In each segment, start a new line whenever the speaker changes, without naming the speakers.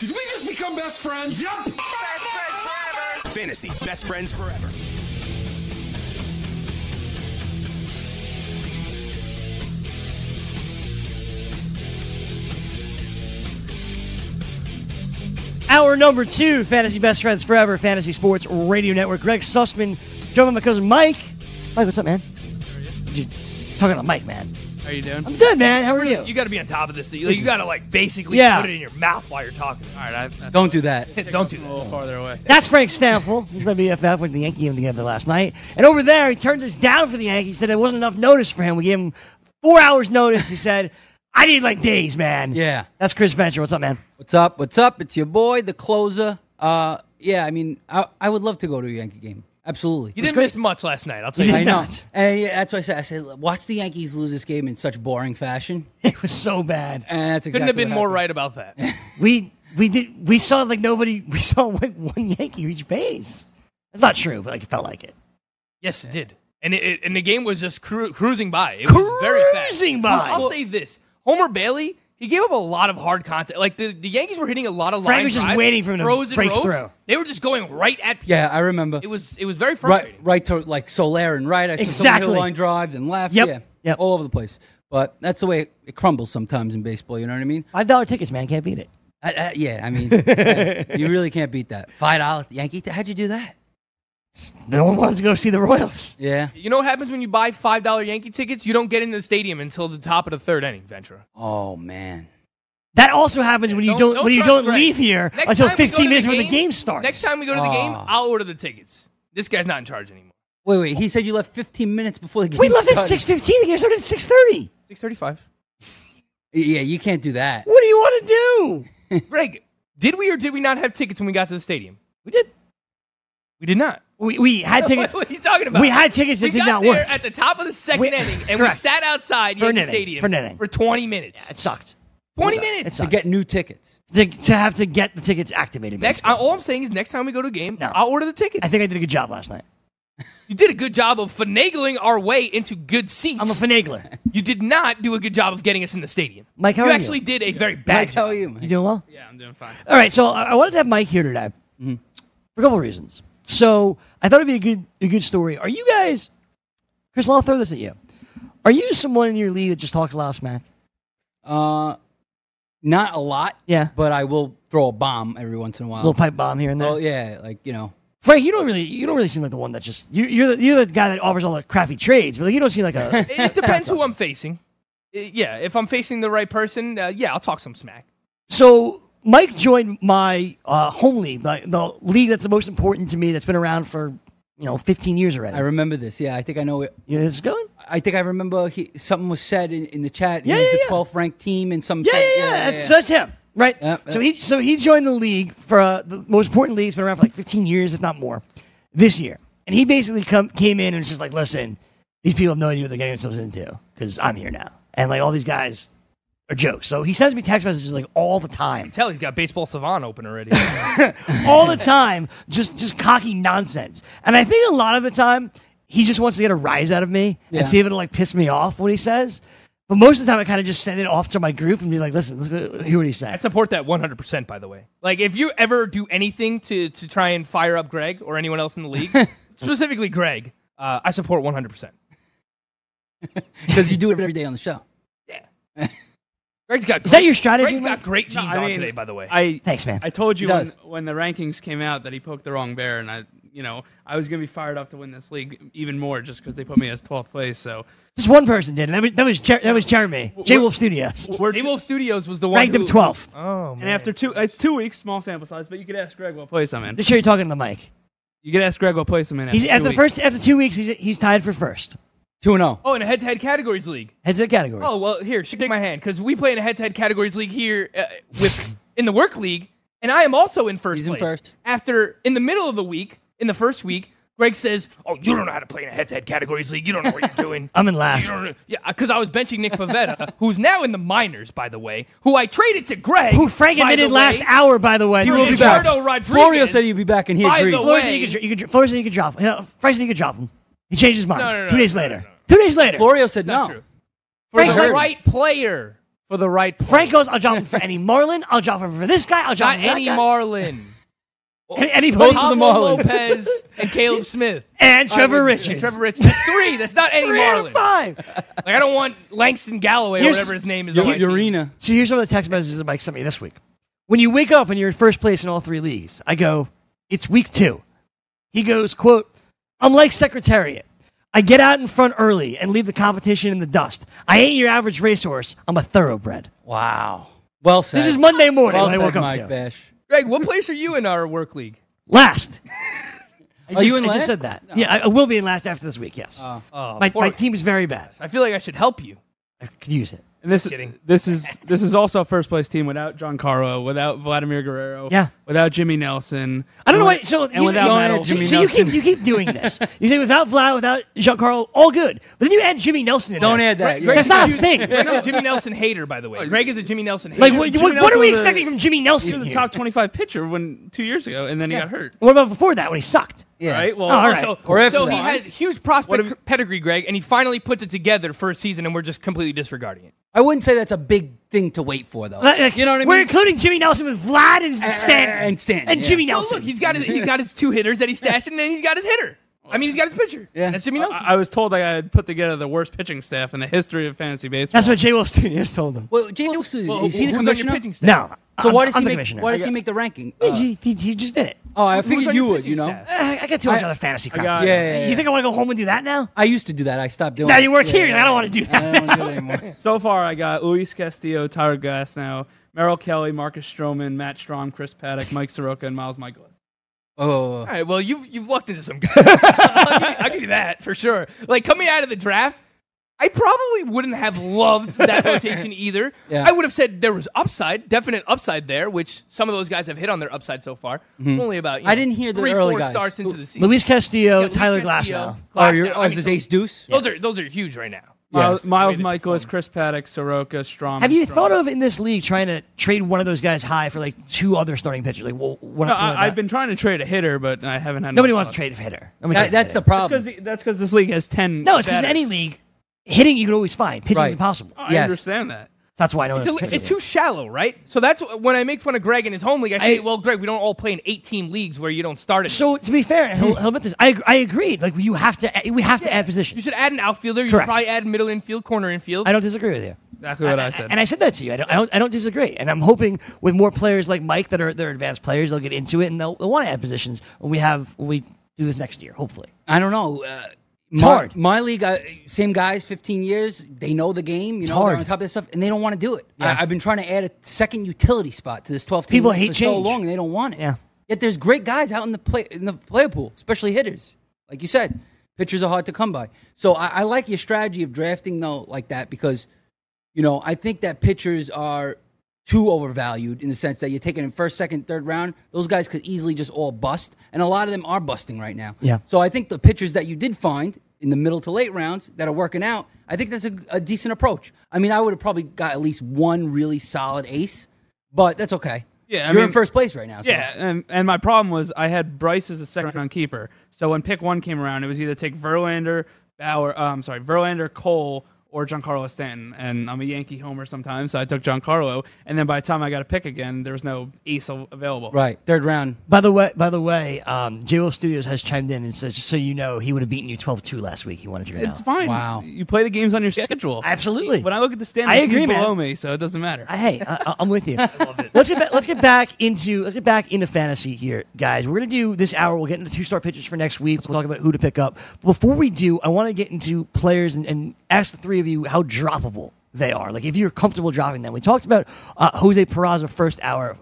Did we just become best friends? Yup. Best friends forever.
Fantasy Best Friends Forever.
Hour number two, Fantasy Best Friends Forever, Fantasy Sports Radio Network. Greg Sussman, jumping my cousin Mike. Mike, what's up, man? You talking to Mike, man.
How you doing?
I'm good, man. How are you?
You got to be on top of this thing. Like,
This
you
is-
got to like basically
Yeah.
put it in your mouth while you're talking. All right, I,
Don't do that.
I, don't do that. A little farther away.
That's Frank Stample. He's my BFF with the Yankee game together last night. And over there, he turned us down for the Yankees. Said it wasn't enough notice for him. We gave him four hours notice. He said, "I need like days, man."
Yeah.
That's Chris Venture. What's up, man?
What's up? What's up? It's your boy, the closer. Uh, yeah, I mean, I, I would love to go to a Yankee game. Absolutely.
You didn't miss much last night. I'll tell
You
you.
did
that.
I know.
not.
And yeah, that's why I said I said watch the Yankees lose this game in such boring fashion.
It was so bad.
And that's exactly
Couldn't have been
what
more
happened.
right about that.
We we did we saw like nobody. We saw like one Yankee reach base. That's not true, but like it felt like it.
yes, it did. And it, it- and the game was just cru- cruising by. It was very fast.
Cruising by.
I'll, I'll say this: Homer Bailey. He gave up a lot of hard contact. Like the, the Yankees were hitting a lot of
Frank
line
was just
drives,
waiting for him to
frozen
break
ropes.
through.
They were just going right at people.
Yeah, I remember.
It was it was very
right,
frustrating.
right to like Solaire and right. I saw someone hit a
Exactly.
line drive and left.
Yep,
Yeah,
yep.
all over the place. But that's the way it, it crumbles sometimes in baseball. You know what I mean?
Five dollar tickets, man. Can't beat it.
I, I, yeah, I mean, hey, you really can't beat that. Five dollar Yankee. How'd you do that?
No one wants to go see the Royals.
Yeah.
You know what happens when you buy five dollar Yankee tickets? You don't get into the stadium until the top of the third inning, Ventura.
Oh man.
That also happens when you
Don't-
don't,
don't
when you
trust
don't
Greg.
leave here
Next
until
time we go to
15 minutes
the
before the
game-
game starts.
Next time we go to the game,
Ah.
I'll order the tickets. This guy's not in charge anymore.
Wait, wait. He said you left 15 minutes before the game.
we left at
started.
6:15. The game started at 6:30.
Six thirty-five.
Yeah, you can't do that.
What do you want to do?
Greg, did we or did we not have tickets when we got to the stadium?
We did.
We did not.
We, we had tickets.
what are you talking about?
We had tickets that
We
did
got
not
there
work.
at the top of the second
We-
inning, and we
correct.
sat outside
For an
Yankee
inning,
Stadium
for an inning.
for twenty minutes.
It sucked. It
twenty
sucked.
minutes.
It
To get new tickets.
To, to have to get the tickets activated.
Next,
basically.
I- all I'm saying is next time we go to a game,
No.
I'll order the tickets.
I think I did a good job last night.
you did a good job of finagling our way into good seats.
I'm a finagler.
You did not do a good job of getting us in the stadium.
Mike, how
you
are you?
actually did a very bad
Mike,
job.
how are you, man?
You doing well?
Yeah, I'm doing fine. Mm-hmm.
All right, so I I wanted to have Mike here today for a couple of reasons. So I thought it'd be a good a good story. Are you guys, Chris? I'll throw this at you. Are you someone in your league that just talks a lot of smack?
Uh, not a lot.
Yeah.
But I will throw a bomb every once in a while.
little pipe bomb here and there.
Oh yeah, like you know.
Frank, you don't really you don't really seem like the one that just you, you're the, you're the guy that offers all the crappy trades, but like, you don't seem like a
It depends who I'm facing. Uh, Yeah, if I'm facing the right person, uh, yeah, I'll talk some smack.
so. Mike joined my uh, home league, the, the league that's the most important to me, that's been around for you know 15 years already.
I remember this. Yeah, I think I know it.
you know where this is going?
I think I remember he, something was said in, in the chat.
Yeah,
he was
yeah,
the
yeah.
12th ranked team and some.
Yeah,
said-
yeah, yeah. That's, that's him, right?
Yep,
So
yep.
he so he joined the league for uh, the most important league. has been around for like 15 years, if not more. This year, and he basically come came in and was just like, "Listen, these people have no idea what they're getting themselves into because I'm here now, and like all these guys are jokes." So he sends me text messages like all the time,
Tell he's got baseball savant open already.
all the time, just just cocky nonsense. And I think a lot of the time he just wants to get a rise out of me
Yeah.
and see if it'll like piss me off what he says. But most of the time, I kind of just send it off to my group and be like, "Listen, let's go hear what he
I
says."
support that 100%, by the way. Like, if you ever do anything to, to try and fire up Greg or anyone else in the league, specifically Greg, uh, I support 100%.
Because you do it every day on the show.
Yeah. Greg's got great,
Is that your strategy,
Greg's got
Mike?
great
No,
jeans
I
on
mean,
today, by the way.
I
Thanks, man.
I told you
He
when,
does.
when the rankings came out that he poked the wrong bear, and I, you know, I was gonna be fired up to win this league even more just because they put me as 12th place. So
Just one person did, and that was that was, Jer- that was Jeremy J Wolf Studios.
we're
J Wolf Studios was the one.
Ranked
who,
him 12th.
Oh, man.
and after two, it's two weeks, small sample size, but you could ask Greg what place I'm in.
Just sure you're talking to the mic.
You could ask Greg what place I'm in.
He's
two
after the
weeks.
first after two weeks. He's he's tied for first.
Two and zero.
Oh, in a head to head categories league.
Heads of the categories.
Oh well, here shake my hand because we play in a head-to-head categories league here uh, with in the work league, and I am also in first
He's in
place.
first.
After in the middle of the week, in the first week, Greg says, "Oh, you don't know how to play in a head-to-head categories league. You don't know what you're doing."
I'm in last.
You don't know- Yeah, because I was benching Nick Pavetta, who's now in the minors, by the way, who I traded to Greg,
Who Frank
by the
admitted last
way.
hour, by the way.
He will be back. Eduardo Rodriguez.
Florio said he'd be back, and he
By the
agreed.
way-
Flores said you could, dr- you could, dr- Flores said you could drop him. Uh, Frank said you could drop him. He changed his mind.
No, no, no,
Two days
no, no,
later.
no.
Two days later.
Florio said
Not
no.
true. For
Frank
the
said,
right player. For the right player.
Frank goes, I'll drop him for any Marlin. I'll drop him for this guy. I'll drop
not
him for that
any
guy.
Marlin.
Any- any
Most
Marlin.
of the
Pablo
Marlins.
Lopez and Caleb Smith.
And Trevor
I would-
Richards.
Trevor Richards. That's three. That's not any
Three out of
Marlin. Like
five.
I don't want Langston Galloway or
Here's-
whatever his name is. on my team.
Urena.
So here's some of the text messages that Mike sent me this week. When you wake up and you're in first place in all three leagues, I go, it's week two. He goes, quote, I'm like Secretariat. I get out in front early and leave the competition in the dust. I ain't your average racehorse. I'm a thoroughbred.
Wow. Well said.
This is Monday morning
well
when I
said,
woke up
Mike
to.
Bash.
Greg, what place are you in our work league?
Last. I just,
you in
I just
last?
said that. Yeah, I, I will be in last after this week, yes.
Oh,
my,
poor-
my team is very bad.
I feel like I should help you.
I could use it.
And this,
Kidding.
this is this is also a first place team without John Carlo, without Vladimir Guerrero,
Yeah.
without Jimmy Nelson.
I don't know why.
And
So,
and
you-
without
you-
Matt
so,
Jimmy
so you
Nelson.
keep you keep doing this. You say without Vlad, without Giancarlo, all good. But then you add Jimmy Nelson. In
Don't
there.
add that.
Greg-
That's
You're-
not a
Greg-
thing.
Greg's a Jimmy Nelson hater, by the way. Greg is a Jimmy Nelson hater.
Like what,
Jimmy
what, what are
Nelson
we
was a-
expecting from Jimmy Nelson?
the
here?
top 25 pitcher when two years ago, and then he
Yeah.
got hurt.
What about before that when he sucked?
Yeah.
Right? Well,
Oh, all right.
So,
Or
so he
Eflin.
had huge
What
prospect
if-
pedigree, Greg, and he finally puts it together for a season, and we're just completely disregarding it.
I wouldn't say that's a big thing to wait for, though.
Like, like,
you know what I mean?
We're including Jimmy Nelson with Vlad and Stanton
and Stanton,
and
yeah.
Jimmy
Well,
Nelson.
look, he's got his, he's got his two hitters that he's stashing, and then he's got his hitter. I mean, he's got his pitcher.
Yeah.
that's Jimmy Nelson.
I, I was told that I had put together the worst pitching staff in the history of fantasy baseball.
That's what Jay Wolf Studios told him.
well, Jay Wilson,
Well,
is he
who's
the
on your
commissioner?
pitching staff?
No.
So
I'm-
why does
I'm
he
the
make?
commissioner.
Why does he make the ranking?
He-
Uh,
he, he- he just did it.
oh, I
Who's on
figured
your
you would.
pitching
You know,
staff?
I, I got too much
I-
other fantasy crap.
got-
Yeah, yeah, yeah.
You think I want to go home and do that now?
I used to do that. I stopped doing.
Now
it.
you work
Yeah,
here.
yeah,
I don't
yeah.
want to do
I
that.
don't wanna do it anymore.
So far, I got Luis Castillo, Tyler Glass now, Merrill Kelly, Marcus Stroman, Matt Strom, Chris Paddock, Mike Soroka, and Miles Michaelis.
Oh,
All right, well, you've you've lucked into some guys. I'll, give you, I'll give you that for sure. Like coming out of the draft, I probably wouldn't have loved that rotation either.
Yeah.
I would have said there was upside, definite upside there, which some of those guys have hit on their upside so far. Only about you
Mm-hmm. I
know,
didn't hear the
three,
early
four
guys.
starts into
Who-
the season.
Luis Castillo,
Yeah, Luis
Tyler
Castillo,
Glasnow.
oh,
Glasnow.
you're, oh
I
is
mean,
this Ace Deuce?
Those are those are huge right now.
Miles,
Yes.
Miles
Way to
Michaelis,
perform.
Chris Paddock, Soroka, Strom.
Have you
Stroman.
thought of in this league trying to trade one of those guys high for like two other starting pitchers? Like well, one
No,
or two like
I, I've
that?
been trying to trade a hitter, but I haven't had.
Nobody
much
wants to trade
luck.
a hitter. Nobody
That,
trades a
that's
hitter.
the problem.
That's because that's because this league has ten.
No, it's because in
batters.
any league, hitting you can always find. Pitching
Right. Uh,
is impossible.
I
Yes.
understand that.
That's why I don't.
It's, a- it's too shallow, right? So that's wh- when I make fun of Greg and his home league. I say,
I-
well, Greg, we don't all play in 18 leags where you don't start it.
So to be fair, and he'll, he'll admit this. I ag- I agreed. Like you have to. We have to add
you
positions.
should add an outfielder. You
Correct.
should probably add middle infield, corner infield.
I don't disagree with you.
Exactly what I,
A-
said.
and I said that to you. I don't, I don't. I don't disagree. And I'm hoping with more players like Mike that are they're advanced players, they'll get into it and they'll, they'll want to add positions when we have when we do this next year. Hopefully,
I don't know. Uh,
It's
my,
hard.
My league, I, same guys, 15 years. They know the game. You know,
hard.
they're on top of that stuff, and they don't want to do it. I, I've been trying to add a second utility spot to this 12 team
People
league
hate
for so
change.
long, and they don't want it.
Yeah.
Yet there's great guys out in the play in the player pool, especially hitters. Like you said, pitchers are hard to come by. So I, I like your strategy of drafting though like that because, you know, I think that pitchers are too overvalued in the sense that you're taking in first, second, third round. Those guys could easily just all bust, and a lot of them are busting right now.
Yeah.
So I think the pitchers that you did find in the middle to late rounds that are working out, I think that's a, a decent approach. I mean, I would have probably got at least one really solid ace, but that's okay.
Yeah, I
you're in
mean-
first place right now. So.
yeah, and, and my problem was I had Bryce as a second round keeper. So when pick one came around, it was either take Verlander, Bauer. Um, sorry, Verlander, Cole, or Giancarlo Stanton. And I'm a Yankee homer sometimes, so I took Giancarlo. And then by the time I got a pick again, there was no ace av- available.
Right, third round.
by the way, by the way, um, J Wolf Studios has chimed in and says, just so you know, he would have beaten you 12-2 last week. He wanted you to know.
It's fine.
Wow.
You play the games on your schedule.
Absolutely.
When I look at the standings,
I agree,
he's below
man.
me, so it doesn't matter.
I- hey, I, I'm with you. Let's get back, let's get back into let's get back into fantasy here, guys. We're gonna do this hour. We'll get into two star pitchers for next week. We'll talk about who to pick up. Before we do, I want to get into players and, and ask the three of you how droppable they are. Like if you're comfortable dropping them. We talked about uh, Jose Peraza first hour.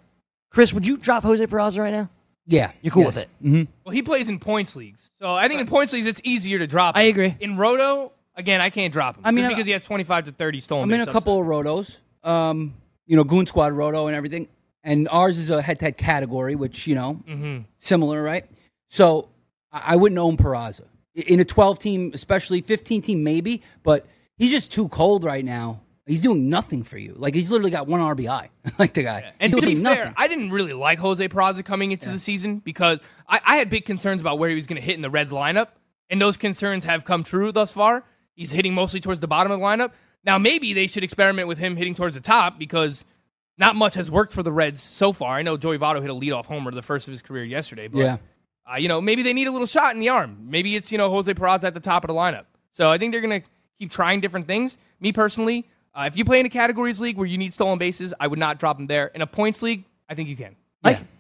Chris, would you drop Jose Peraza right now?
Yeah,
You're cool with it.
Well, he plays in points leagues, so I think in points leagues it's easier to drop.
I
him.
agree.
In Roto, again, I can't drop him.
I mean,
just
I-
because he has twenty-five to thirty stolen.
I'm in a
base
couple of rotos. Um, you know, Goon Squad roto and everything. and ours is a head-to-head category, which you know,
Mm-hmm.
similar, right? So I, I wouldn't own Peraza I- in a 12-team, especially 15-team, maybe. But he's just too cold right now. He's doing nothing for you. Like he's literally got one RBI. like the guy,
And
he's
to be
doing
fair, I didn't really like Jose Peraza coming into the season because I, I had big concerns about where he was going to hit in the Reds lineup, and those concerns have come true thus far. He's hitting mostly towards the bottom of the lineup. Now maybe they should experiment with him hitting towards the top because not much has worked for the Reds so far. I know Joey Votto hit a leadoff homer, the first of his career yesterday, but
yeah.
uh, you know, maybe they need a little shot in the arm. Maybe it's, you know, Jose Peraza at the top of the lineup. So I think they're going to keep trying different things. Me personally, uh, if you play in a categories league where you need stolen bases, I would not drop him there. In a points league, I think you can.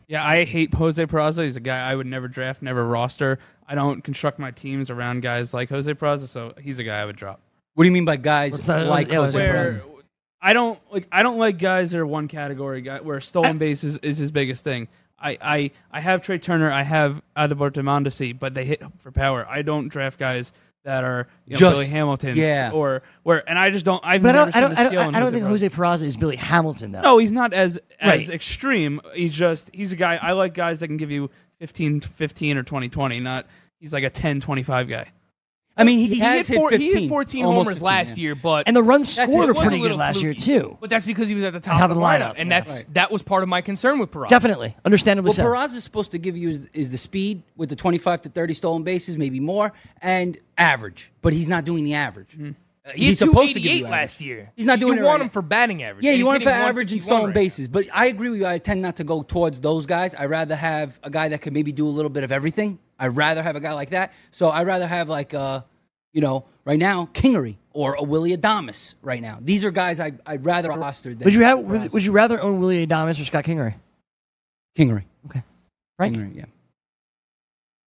Yeah, I hate Jose Peraza. He's a guy I would never draft, never roster. I don't construct my teams around guys like Jose Peraza, so he's a guy I would drop.
What do you mean by guys
Let's not-
like
yeah, let's
Jose
not-
Peraza?
Where I don't like I don't like guys that are one category guy where stolen bases is his biggest thing. I, I, I have Trey Turner, I have Adalberto Mondesi, but they hit for power. I don't draft guys that are you know,
Just-
Billy Hamilton's
yeah.
or where and I just don't I've
But I
never
don't, I
seen
don't,
the
I
skill
don't,
in
I don't think
Peraza.
Jose Peraza is Billy Hamilton, though.
No, he's not as as
Right.
extreme. He's just he's a guy I like guys that can give you 15 15 or 20 20, not he's like a 10 25 guy.
I mean, he, has
four-
hit
he
15, almost
homers
15,
last
yeah.
year, but
And the runs
That's
scored
his-
are
it was a
pretty good
little
last year,
fluky.
too.
But that's because he was at the top,
Top
of the lineup. And
yeah.
that's that was part of my concern with Peraza.
Definitely. Understandably
What
so.
Peraza's supposed to give you is, is the speed with the 25 to 30 stolen bases, maybe more, and average. But he's not doing the average. Uh,
Mm-hmm. He
he's
had
supposed to give
288
you average.
last year.
He's not doing
you
it
want
right
him for batting average.
Yeah,
and
you
he's
want him for
hitting
average
151
and stolen
right now.
bases. But I agree with you. I tend not to go towards those guys. I rather have a guy that could maybe do a little bit of everything. I rather have a guy like that. So I rather have like uh, you know, right now Kingery or a Willie Adamas. Right now, these are guys I I'd rather roster than
Would you have? Would, would you rather own Willie Adamas or Scott Kingery?
Kingery?
Okay. Frank?
Kingery, yeah.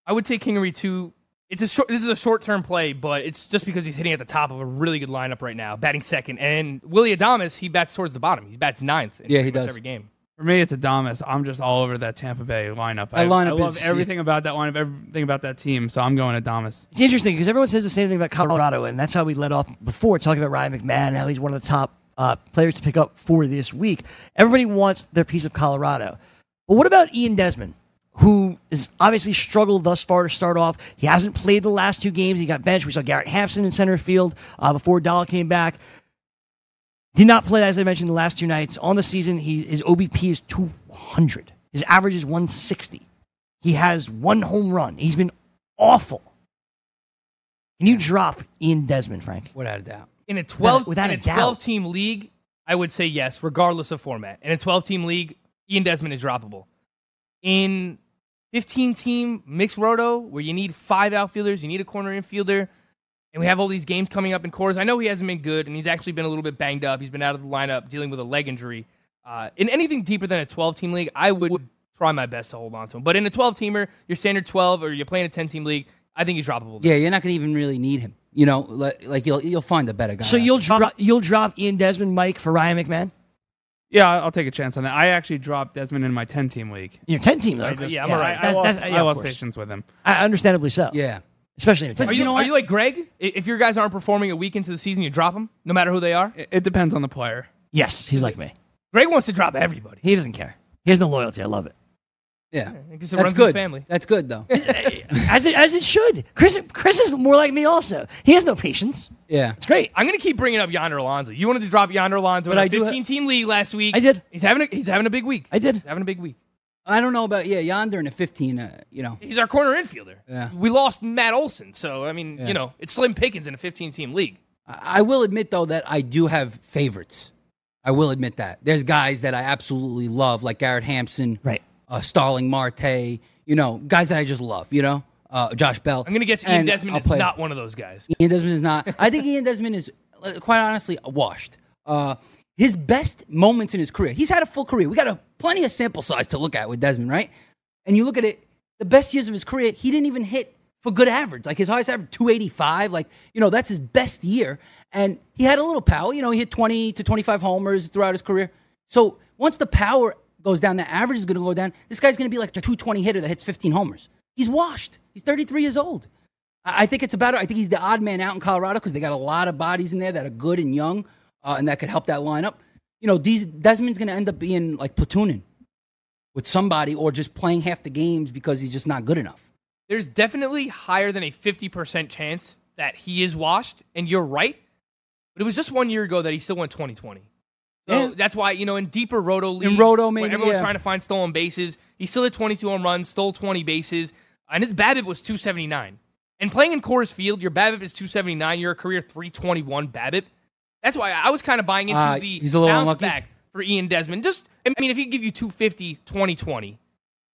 I would take Kingery too. It's a short. This is a short-term play, but it's just because he's hitting at the top of a really good lineup right now, batting second. And Willie Adamas, he bats towards the bottom. He bats ninth. In
Yeah, he
pretty much
does.
every game.
For me, it's Adamas. I'm just all over that Tampa Bay lineup. I,
That lineup
I love
is-
everything about that lineup, everything about that team. So I'm going Adamas.
It's interesting because everyone says the same thing about Colorado, and that's how we led off before talking about Ryan McMahon and how he's one of the top uh, players to pick up for this week. Everybody wants their piece of Colorado. But what about Ian Desmond, who has obviously struggled thus far to start off? He hasn't played the last two games. He got benched. We saw Garrett Hampson in center field uh, before Dahl came back. Did not play, as I mentioned, the last two nights. On the season, he, his OBP is 200. His average is 160. He has one home run. He's been awful. Can you drop Ian Desmond, Frank?
Without a doubt.
In a twelve,
without
in
a
a
doubt.
twelve-team league, I would say yes, regardless of format. In a twelve-team league, Ian Desmond is droppable. In fifteen-team mixed roto, where you need five outfielders, you need a corner infielder, and we have all these games coming up in cores. I know he hasn't been good, and he's actually been a little bit banged up. He's been out of the lineup dealing with a leg injury. Uh, in anything deeper than a 12 team league, I would try my best to hold on to him. But in a 12 teamer, your standard 12 or you're playing a 10 team league, I think he's droppable.
Yeah, you're not going to even really need him. You know, like, like you'll you'll find a better guy.
So
out
you'll drop you'll drop Ian Desmond, Mike, for Ryan McMahon.
Yeah, I- I'll take a chance on that. I actually dropped Desmond in my 10 team league.
Your ten team though.
I just-
Yeah, I'm all right.
I
That's-
lost,
that's-
I
yeah, of
lost
course.
patience with him.
I, understandably so.
there. yeah.
especially in a ten.
Are
team.
you, are you like Greg? I- If your guys aren't performing a week into the season, you drop them, no matter who they are?
It, it depends on the player.
yes, he's like me.
Greg wants to drop everybody.
He doesn't care. He has no loyalty. I love it.
Yeah,
I guess it
that's
runs in the
good.
family.
That's good though.
As it, as it should. Chris Chris is more like me. Also, he has no patience.
yeah,
It's great.
I'm gonna keep bringing up Yonder Alonso. You wanted to drop Yonder Alonso
But
in a
I do ha-
15 team league last week.
I did.
He's having a, he's having a big week.
I did.
He's having a big week.
I don't know about yeah yonder in a fifteen. Uh, you know,
He's our corner infielder.
Yeah.
We lost Matt Olson, so I mean, you know, it's slim pickings in a 15 team league.
I I will admit though that I do have favorites. I will admit that there's guys that I absolutely love, like Garrett Hampson,
Right.
Uh, Starling Marte. You know, guys that I just love. You know, uh, Josh Bell.
I'm gonna guess Ian
And
Desmond
I'll
is
play-
not one of those guys.
Ian Desmond is not. I think Ian Desmond is, uh, quite honestly, washed. Uh, his best moments in his career. He's had a full career. We got a plenty of sample size to look at with Desmond, right? And you look at it, the best years of his career, he didn't even hit for good average. Like his highest average, 285. Like, you know, that's his best year. And he had a little power. You know, he hit 20 to 25 homers throughout his career. So once the power goes down, the average is going to go down. This guy's going to be like a 220 hitter that hits 15 homers. He's washed. He's 33 years old. I I think it's about. I think he's the odd man out in Colorado because they got a lot of bodies in there that are good and young, uh, and that could help that lineup. You know, Des- Desmond's going to end up being like platooning. with somebody or just playing half the games because he's just not good enough.
there's definitely higher than a 50% chance that he is washed, and you're right. But it was just one year ago that he still went 2020. So
Yeah.
that's why, you know, in deeper roto leagues,
roto, maybe,
when everyone's
yeah.
trying to find stolen bases, he still had 22 home runs, stole 20 bases, and his BABIP was 279. And playing in Coors Field, your BABIP is 279, you're a career 321 BABIP. That's why I was kind of buying into
Uh,
the
he's a little
bounce
unlucky.
back for Ian Desmond. Just, I mean, if he could give you 250, 2020,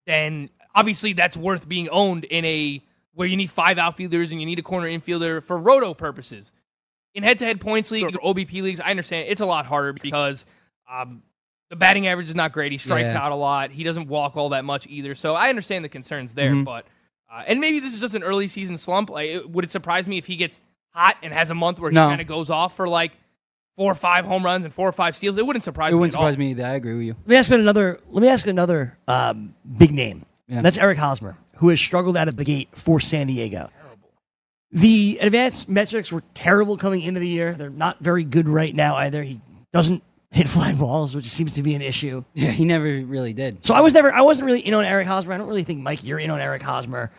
then obviously that's worth being owned in a where you need five outfielders and you need a corner infielder for roto purposes. In head-to-head points league or OBP leagues, I understand it's a lot harder because um, the batting average is not great. He strikes
Yeah.
out a lot. He doesn't walk all that much either. So I understand the concerns there,
Mm-hmm.
but uh, and maybe this is just an early season slump. Like, it- would it surprise me if he gets hot and has a month where he
No.
kind of goes off for like four or five home runs and four or five steals? It wouldn't surprise
It
me.
wouldn't
at all.
surprise me either. I agree with you.
Let me ask another. Let me ask another um, big name. And That's Eric Hosmer, who has struggled out of the gate for San Diego. The advanced metrics were terrible coming into the year. They're not very good right now either. He doesn't hit fly balls, which seems to be an issue.
Yeah, he never really did.
So I was never, I wasn't really in on Eric Hosmer. I don't really think Mike, you're in on Eric Hosmer.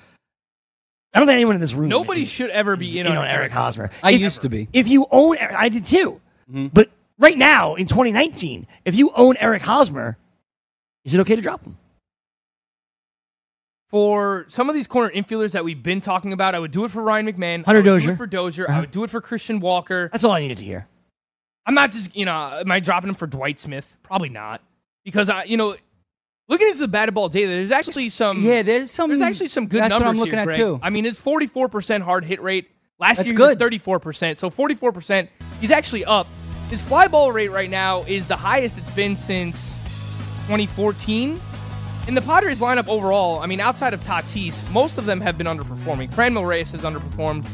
I don't think anyone in this room.
Nobody
is-
should ever
is
be in, on
Eric Hosmer.
I
If-
used to be.
If you own, Eric- I did too. But right now in 2019, if you own Eric Hosmer, is it okay to drop him?
for some of these corner infielders that we've been talking about. I would do it for Ryan McMahon.
Hunter
I would do
Dozier.
it for Dozier.
Uh-huh.
I would do it for Christian Walker.
That's all I needed to hear.
I'm not just you know, am I dropping him for Dwight Smith? Probably not, because I you know, looking into the batted ball data, there's actually some
Yeah, there's some.
there's actually some good
Mm. That's
numbers
what I'm looking
here,
at
Greg.
too.
I mean, his 44 percent hard hit rate last
That's
year was
good.
34 percent, so 44 percent. He's actually up. His fly ball rate right now is the highest it's been since 2014. In the Padres lineup overall, I mean, outside of Tatis, most of them have been underperforming. Fran Mil Reyes has underperformed.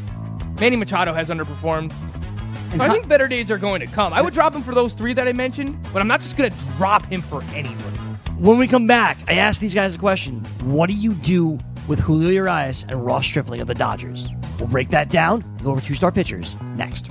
Manny Machado has underperformed. So I think better days are going to come. I would drop him for those three that I mentioned, but I'm not just going to drop him for anybody.
When we come back, I asked these guys a question. What do you do with Julio Urias and Ross Stripling of the Dodgers? We'll break that down and go over two star pitchers next.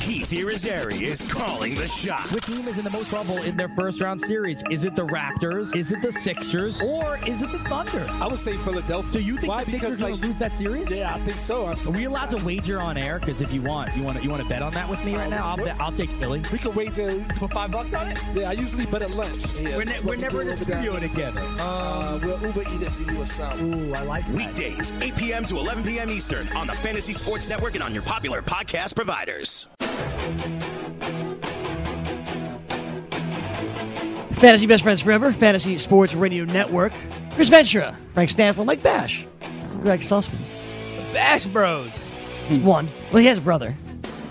Keith Irizarry is calling the shots.
What team is in the most trouble in their first round series? Is it the Raptors? Is it the Sixers? Or is it the Thunder?
I would say Philadelphia.
Do you think the Sixers are going to lose that series?
Yeah, I think so.
Are we allowed to wager on air? Because if you want, you want to you want to bet on that with me right now. I'll, bet, I'll take Philly.
We can wait till.
Put five bucks on it.
Yeah, I usually bet at lunch. Yeah,
We're, ne-
that's
we're
what we
never in
do
a
over there.
studio together.
Uh, we'll Uber eat it to you or something.
Ooh, I like that.
Weekdays, 8 p.m. to 11 p.m. Eastern on the Fantasy Sports Network and on your popular podcast providers.
Fantasy Best Friends Forever, Fantasy Sports Radio Network. Chris Ventura, Frank Stanfield, Mike Bash, Greg Sussman.
Bash Bros.
It's one. Well, he has a brother.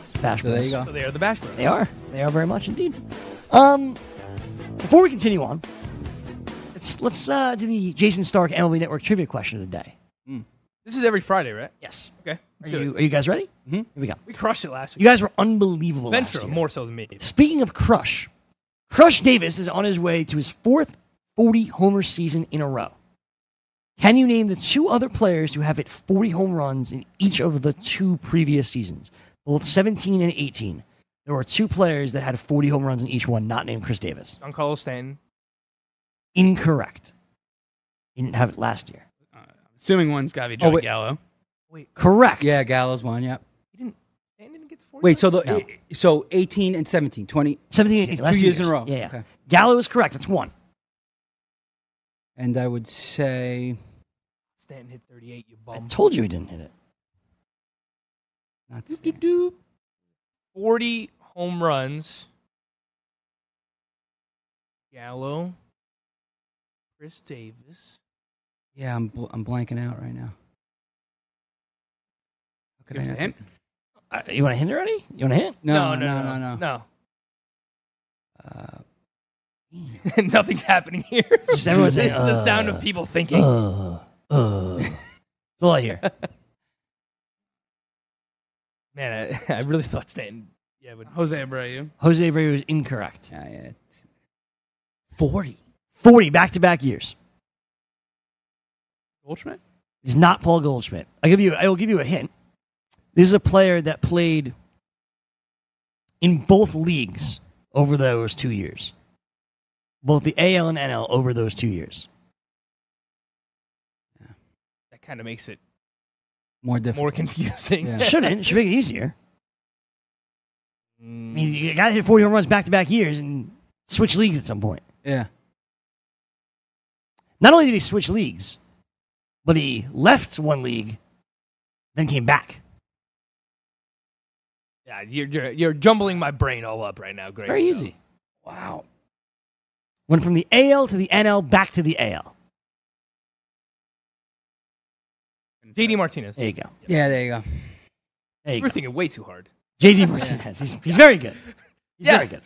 It's Bash
So there you
Bros.
So
go.
they are the Bash Bros.
They are. They are very much indeed. Um, before we continue on, let's let's uh, do the Jason Stark MLB Network trivia question of the day.
This is every Friday, right?
Yes.
Okay.
Are
Let's do it.
you, are you guys ready? Mm-hmm. Here we go.
we crushed it last
You
week.
guys were unbelievable. last
Ventura,
year.
more so than me.
Speaking of crush, Crush Davis is on his way to his fourth 40 homer season in a row. Can you name the two other players who have hit 40 home runs in each of the two previous seasons, both 17 and 18? There were two players that had 40 home runs in each one, not named Chris Davis.
Giancarlo Stanton.
Incorrect. He didn't have it last year.
Assuming one's got to be
Oh,
Joey
wait.
Gallo.
Correct.
Yeah, Gallows one. Yeah.
He didn't. Stanton didn't get to 40.
Wait, so the
No.
i- so 18 and 17, 20
17, 18,
Two
last two
years in a row.
Yeah, yeah.
Okay.
Gallo is correct. That's one.
and I would say
Stanton hit 38. You
I
bum.
told you he didn't hit it.
not
Do, do, do. 40 home runs. Gallo. Chris Davis.
Yeah, I'm bl- I'm blanking out right now. How could
Give us
not
a hint.
think-
Uh, you want to hint already? You want to hint?
No, no, no, no, no.
no.
Uh,
Nothing's happening here.
Just everyone say,
the sound
uh,
of people thinking.
Uh, uh. That's all I hear.
Man, I, I really thought Stanton. Yeah, but
Jose Abreu.
Jose Abreu is incorrect.
yeah, Ah, yeah. it's-
40. 40 back to back years.
Goldschmidt?
He's not Paul Goldschmidt. I give you. I will give you a hint. This is a player that played in both leagues over those two years, both the AL and NL over those two years.
that kind of makes it
More difficult.
more confusing.
Yeah.
Shouldn't. It should make it easier. I mean, you got to hit 40 home runs back to back years and switch leagues at some point.
Yeah.
Not only did he switch leagues, but he left one league, then came back.
Yeah, you're, you're you're jumbling my brain all up right now. Great,
Very
so-
easy.
Wow.
Went from the AL to the NL, back to the AL.
JD Martinez.
There you go.
Yeah, there you go.
There you
you were
go.
thinking way too hard.
JD Martinez. He's, he's very good. He's
Yeah.
very good.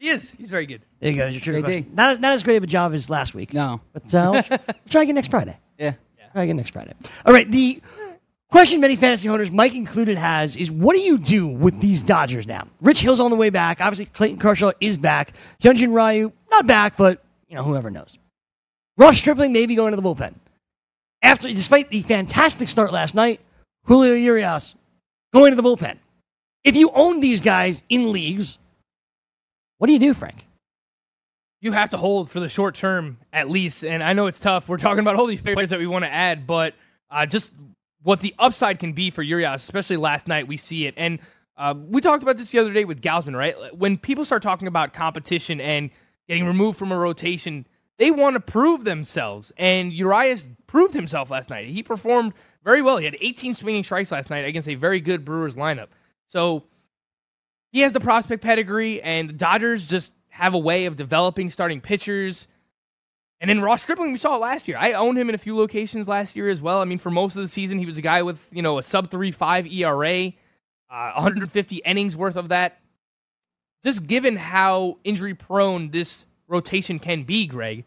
He is. He's very good.
There you go. There's your trivia
JD.
question. Not, as- not as great of a job as last week.
No.
But uh, we'll tr- try again next Friday.
Yeah.
Try again next Friday. All right. The question many fantasy owners, Mike included, has is what do you do with these Dodgers now? Rich Hill's on the way back. Obviously, Clayton Kershaw is back. Hyunjin Ryu, not back, but you know, whoever knows. Ross Stripling may be going to the bullpen. After, despite the fantastic start last night, Julio Urias going to the bullpen. If you own these guys in leagues, what do you do, Frank?
You have to hold for the short term at least, and I know it's tough. We're talking about all these players that we want to add, but uh, just what the upside can be for Urias, especially last night, we see it. And uh, we talked about this the other day with Gausman, right? When people start talking about competition and getting removed from a rotation, they want to prove themselves. And Urias proved himself last night. He performed very well. He had 18 swinging strikes last night against a very good Brewers lineup. So he has the prospect pedigree, and the Dodgers just have a way of developing starting pitchers. And then Ross Stripling, we saw it last year. I owned him in a few locations last year as well. I mean, for most of the season, he was a guy with you know a sub three five ERA, uh, 150 innings worth of that. Just given how injury prone this rotation can be, Greg,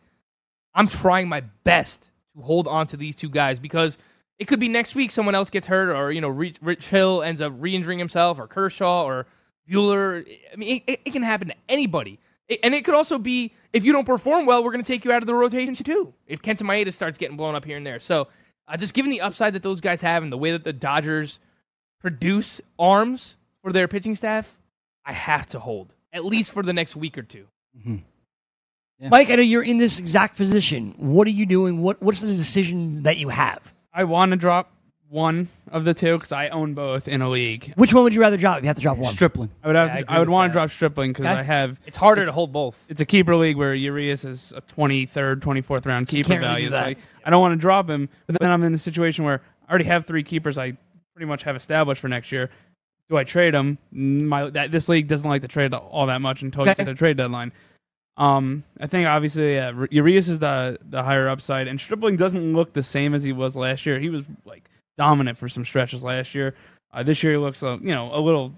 I'm trying my best to hold on to these two guys because it could be next week someone else gets hurt, or you know Rich Rich Hill ends up re-injuring himself, or Kershaw, or Bueller. I mean, it, it can happen to anybody, It- and it could also be if you don't perform well, we're going to take you out of the rotation too. If Kenta Maeda starts getting blown up here and there, so uh, just given the upside that those guys have and the way that the Dodgers produce arms for their pitching staff, I have to hold at least for the next week or two.
Yeah.
Mike, I know you're in this exact position. What are you doing? What What's the decision that you have?
I want to drop one of the two because I own both in a league.
Which one would you rather drop? If you have to drop one.
Stripling.
I would have.
Yeah, I
to-
agree
I, would
with that.
want to drop Stripling because
Okay.
I have.
It's harder to hold both.
It's a keeper league where Urias is a 23rd, 24th round
you
keeper
can't really
value.
do
So
that.
I, I don't want to drop him, but then I'm in the situation where I already have three keepers I pretty much have established for next year. Do I trade them? My that, this league doesn't like to trade all that much until it's
Okay.
at the trade deadline. Um, I think obviously yeah, Ur- Urias is the the higher upside, and Stripling doesn't look the same as he was last year. He was like dominant for some stretches last year. Uh, this year he looks uh, you know a little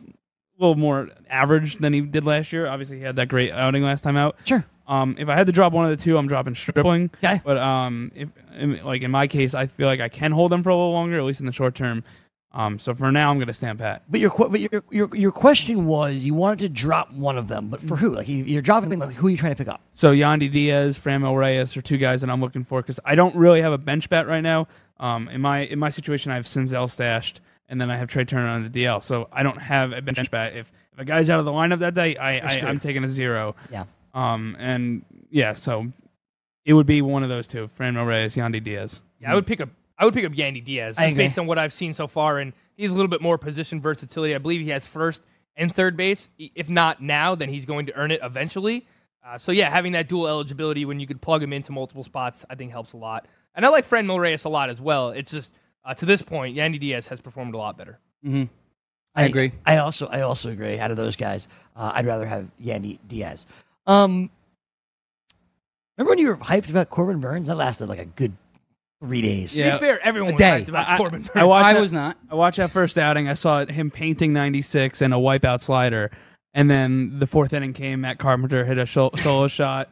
little more average than he did last year. Obviously he had that great outing last time out.
Sure.
Um, if I had to drop one of the two, I'm dropping Stripling.
Okay.
But um, if in, like in my case, I feel like I can hold them for a little longer, at least in the short term. Um, so for now, I'm going to stand pat.
But your que- but your, your your question was you wanted to drop one of them, but for who? Like you, you're dropping like who are you trying to pick up?
So Yandy Diaz, Framil Reyes are two guys that I'm looking for because I don't really have a bench bat right now. Um, in my in my situation, I have Sinzel stashed, and then I have Trey Turner on the DL. So I don't have a bench bat. If if a guy's out of the lineup that day, I, I
screwed.
I'm taking a zero.
Yeah.
Um, and yeah, so it would be one of those two: Framil Reyes, Yandy Diaz.
Yeah, I would pick up. I would pick up Yandy Diaz
I
just
agree.
based on what I've seen so far, and he's a little bit more position versatility. I believe he has first and third base. I- If not now, then he's going to earn it eventually. Uh, so yeah, having that dual eligibility when you could plug him into multiple spots, I think helps a lot. And I like Fran Reyes a lot as well. It's just uh, to this point, Yandy Diaz has performed a lot better.
I, agree. I also I also agree. Out of those guys, uh, I'd rather have Yandy Diaz. Um, remember when you were hyped about Corbin Burns? That lasted like a good three days.
To be fair, everyone was
day.
hyped about
I-
Corbin.
I watched
I
that-
was not.
I watched that first outing. I saw him painting 96 and a wipeout slider. And then the fourth inning came. Matt Carpenter hit a shol- solo shot.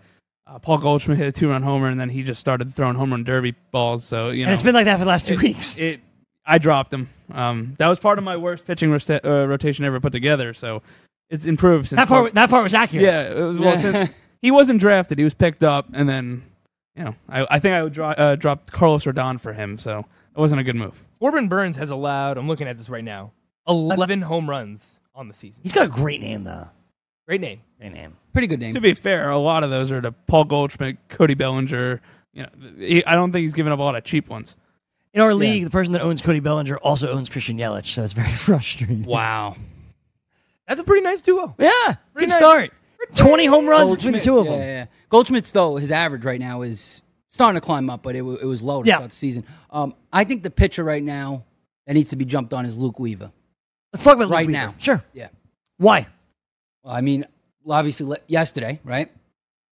Uh, Paul Goldschmidt hit a two run homer. And then he just started throwing home run derby balls. So, you know.
and it's been like that for the last two weeks.
it, I dropped him. Um, that was part of my worst pitching rosta- uh, rotation ever put together. So it's improved since.
that
Paul-
part that part was accurate.
yeah. It was, well, since he wasn't drafted. He was picked up. And then, you know, I, I think I would dro- uh, dropped Carlos Rodon for him. So it wasn't a good move.
Corbin Burns has allowed. I'm looking at this right now. Eleven home runs on the season.
He's got a great name though.
Great name.
Great name.
Pretty good name.
To be fair, a lot of those are to Paul Goldschmidt, Cody Bellinger. You know, he, I don't think he's giving up a lot of cheap ones.
In our league, the person that owns Cody Bellinger also owns Christian Yelich, so it's very frustrating.
wow.
That's a pretty nice duo.
Yeah,
Pretty
good
nice.
start. Twenty home runs between the
Goldschmidt,
two of
yeah,
them.
Yeah, yeah. Goldschmidt's though his average right now is starting to climb up, but it, wa- it was low to
Yeah.
start the season. Um, I think the pitcher right now that needs to be jumped on is Luke Weaver.
Let's talk about Luke
Right
Weaver.
now.
Sure.
Yeah.
Why?
Well, I mean, obviously le- yesterday, right?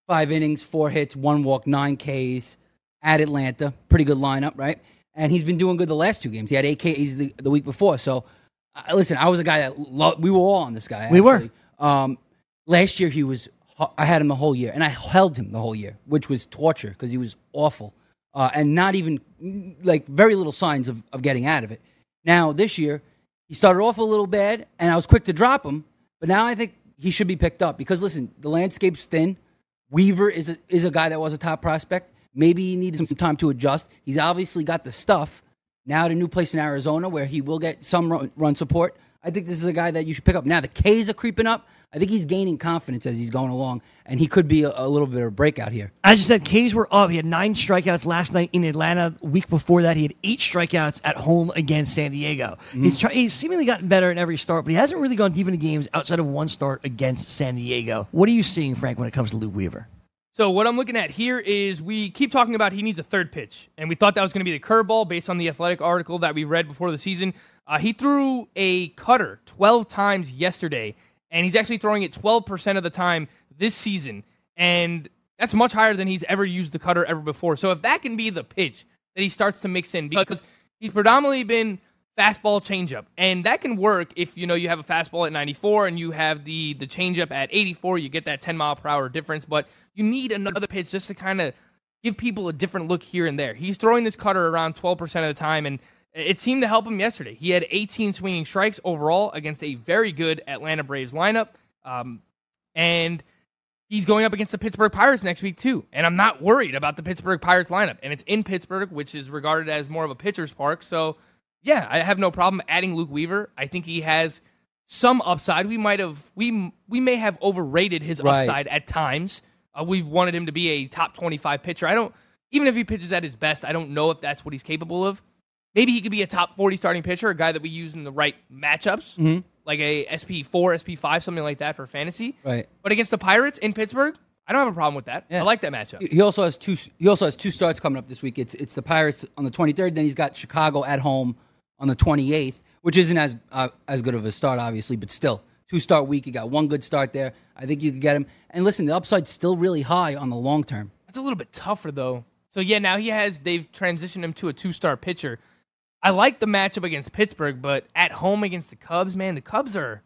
Five innings, four hits, one walk, nine Ks at Atlanta. Pretty good lineup, right? And he's been doing good the last two games. He had eight Ks the, the week before. So, uh, listen, I was a guy that lo- we were all on this guy.
We were.
actually. Um, last year he was. I had him the whole year, and I held him the whole year, which was torture because he was awful, uh, and not even like very little signs of, of getting out of it. Now this year, he started off a little bad, and I was quick to drop him, but now I think he should be picked up because listen, the landscape's thin. Weaver is a, is a guy that was a top prospect. Maybe he needed some time to adjust. He's obviously got the stuff. Now at a new place in Arizona where he will get some run, run support. I think this is a guy that you should pick up. Now the K's are creeping up. I think he's gaining confidence as he's going along, and he could be a, a little bit of a breakout here.
As you said, K's were up. He had nine strikeouts last night in Atlanta. Week before that, he had eight strikeouts at home against San Diego. He's try- he's seemingly gotten better in every start, but he hasn't really gone deep into games outside of one start against San Diego. What are you seeing, Frank, when it comes to Luke Weaver?
So what I'm looking at here is we keep talking about he needs a third pitch, and we thought that was going to be the curveball based on the athletic article that we read before the season. Uh, he threw a cutter 12 times yesterday, and he's actually throwing it 12% of the time this season, and that's much higher than he's ever used the cutter ever before. So if that can be the pitch that he starts to mix in, because he's predominantly been fastball changeup, and that can work if you know you have a fastball at 94 and you have the the changeup at 84. You get that 10 mile per hour difference, but you need another pitch just to kind of give people a different look here and there. He's throwing this cutter around 12 percent of the time, and it seemed to help him yesterday. He had 18 swinging strikes overall against a very good Atlanta Braves lineup, um, and he's going up against the Pittsburgh Pirates next week too, and I'm not worried about the Pittsburgh Pirates lineup. And it's in Pittsburgh, which is regarded as more of a pitcher's park. So, yeah, I have no problem adding Luke Weaver. I think he has some upside. We might have we we may have overrated his
Right.
upside at times. Uh, we've wanted him to be a top 25 pitcher. I don't even if he pitches at his best, I don't know if that's what he's capable of. Maybe he could be a top 40 starting pitcher, a guy that we use in the right matchups,
Mm-hmm.
like a SP4, SP5, something like that for fantasy.
Right.
But against the Pirates in Pittsburgh, I don't have a problem with that. I like that matchup.
He also has two. He also has two starts coming up this week. It's it's the Pirates on the 23rd. Then he's got Chicago at home on the 28th, which isn't as uh, as good of a start, obviously, but still two start week. He got one good start there. I think you could get him. And listen, the upside's still really high on the long term.
That's a little bit tougher though. So yeah, now he has they've transitioned him to a two-star pitcher. I like the matchup against Pittsburgh, but at home against the Cubs, man, the Cubs are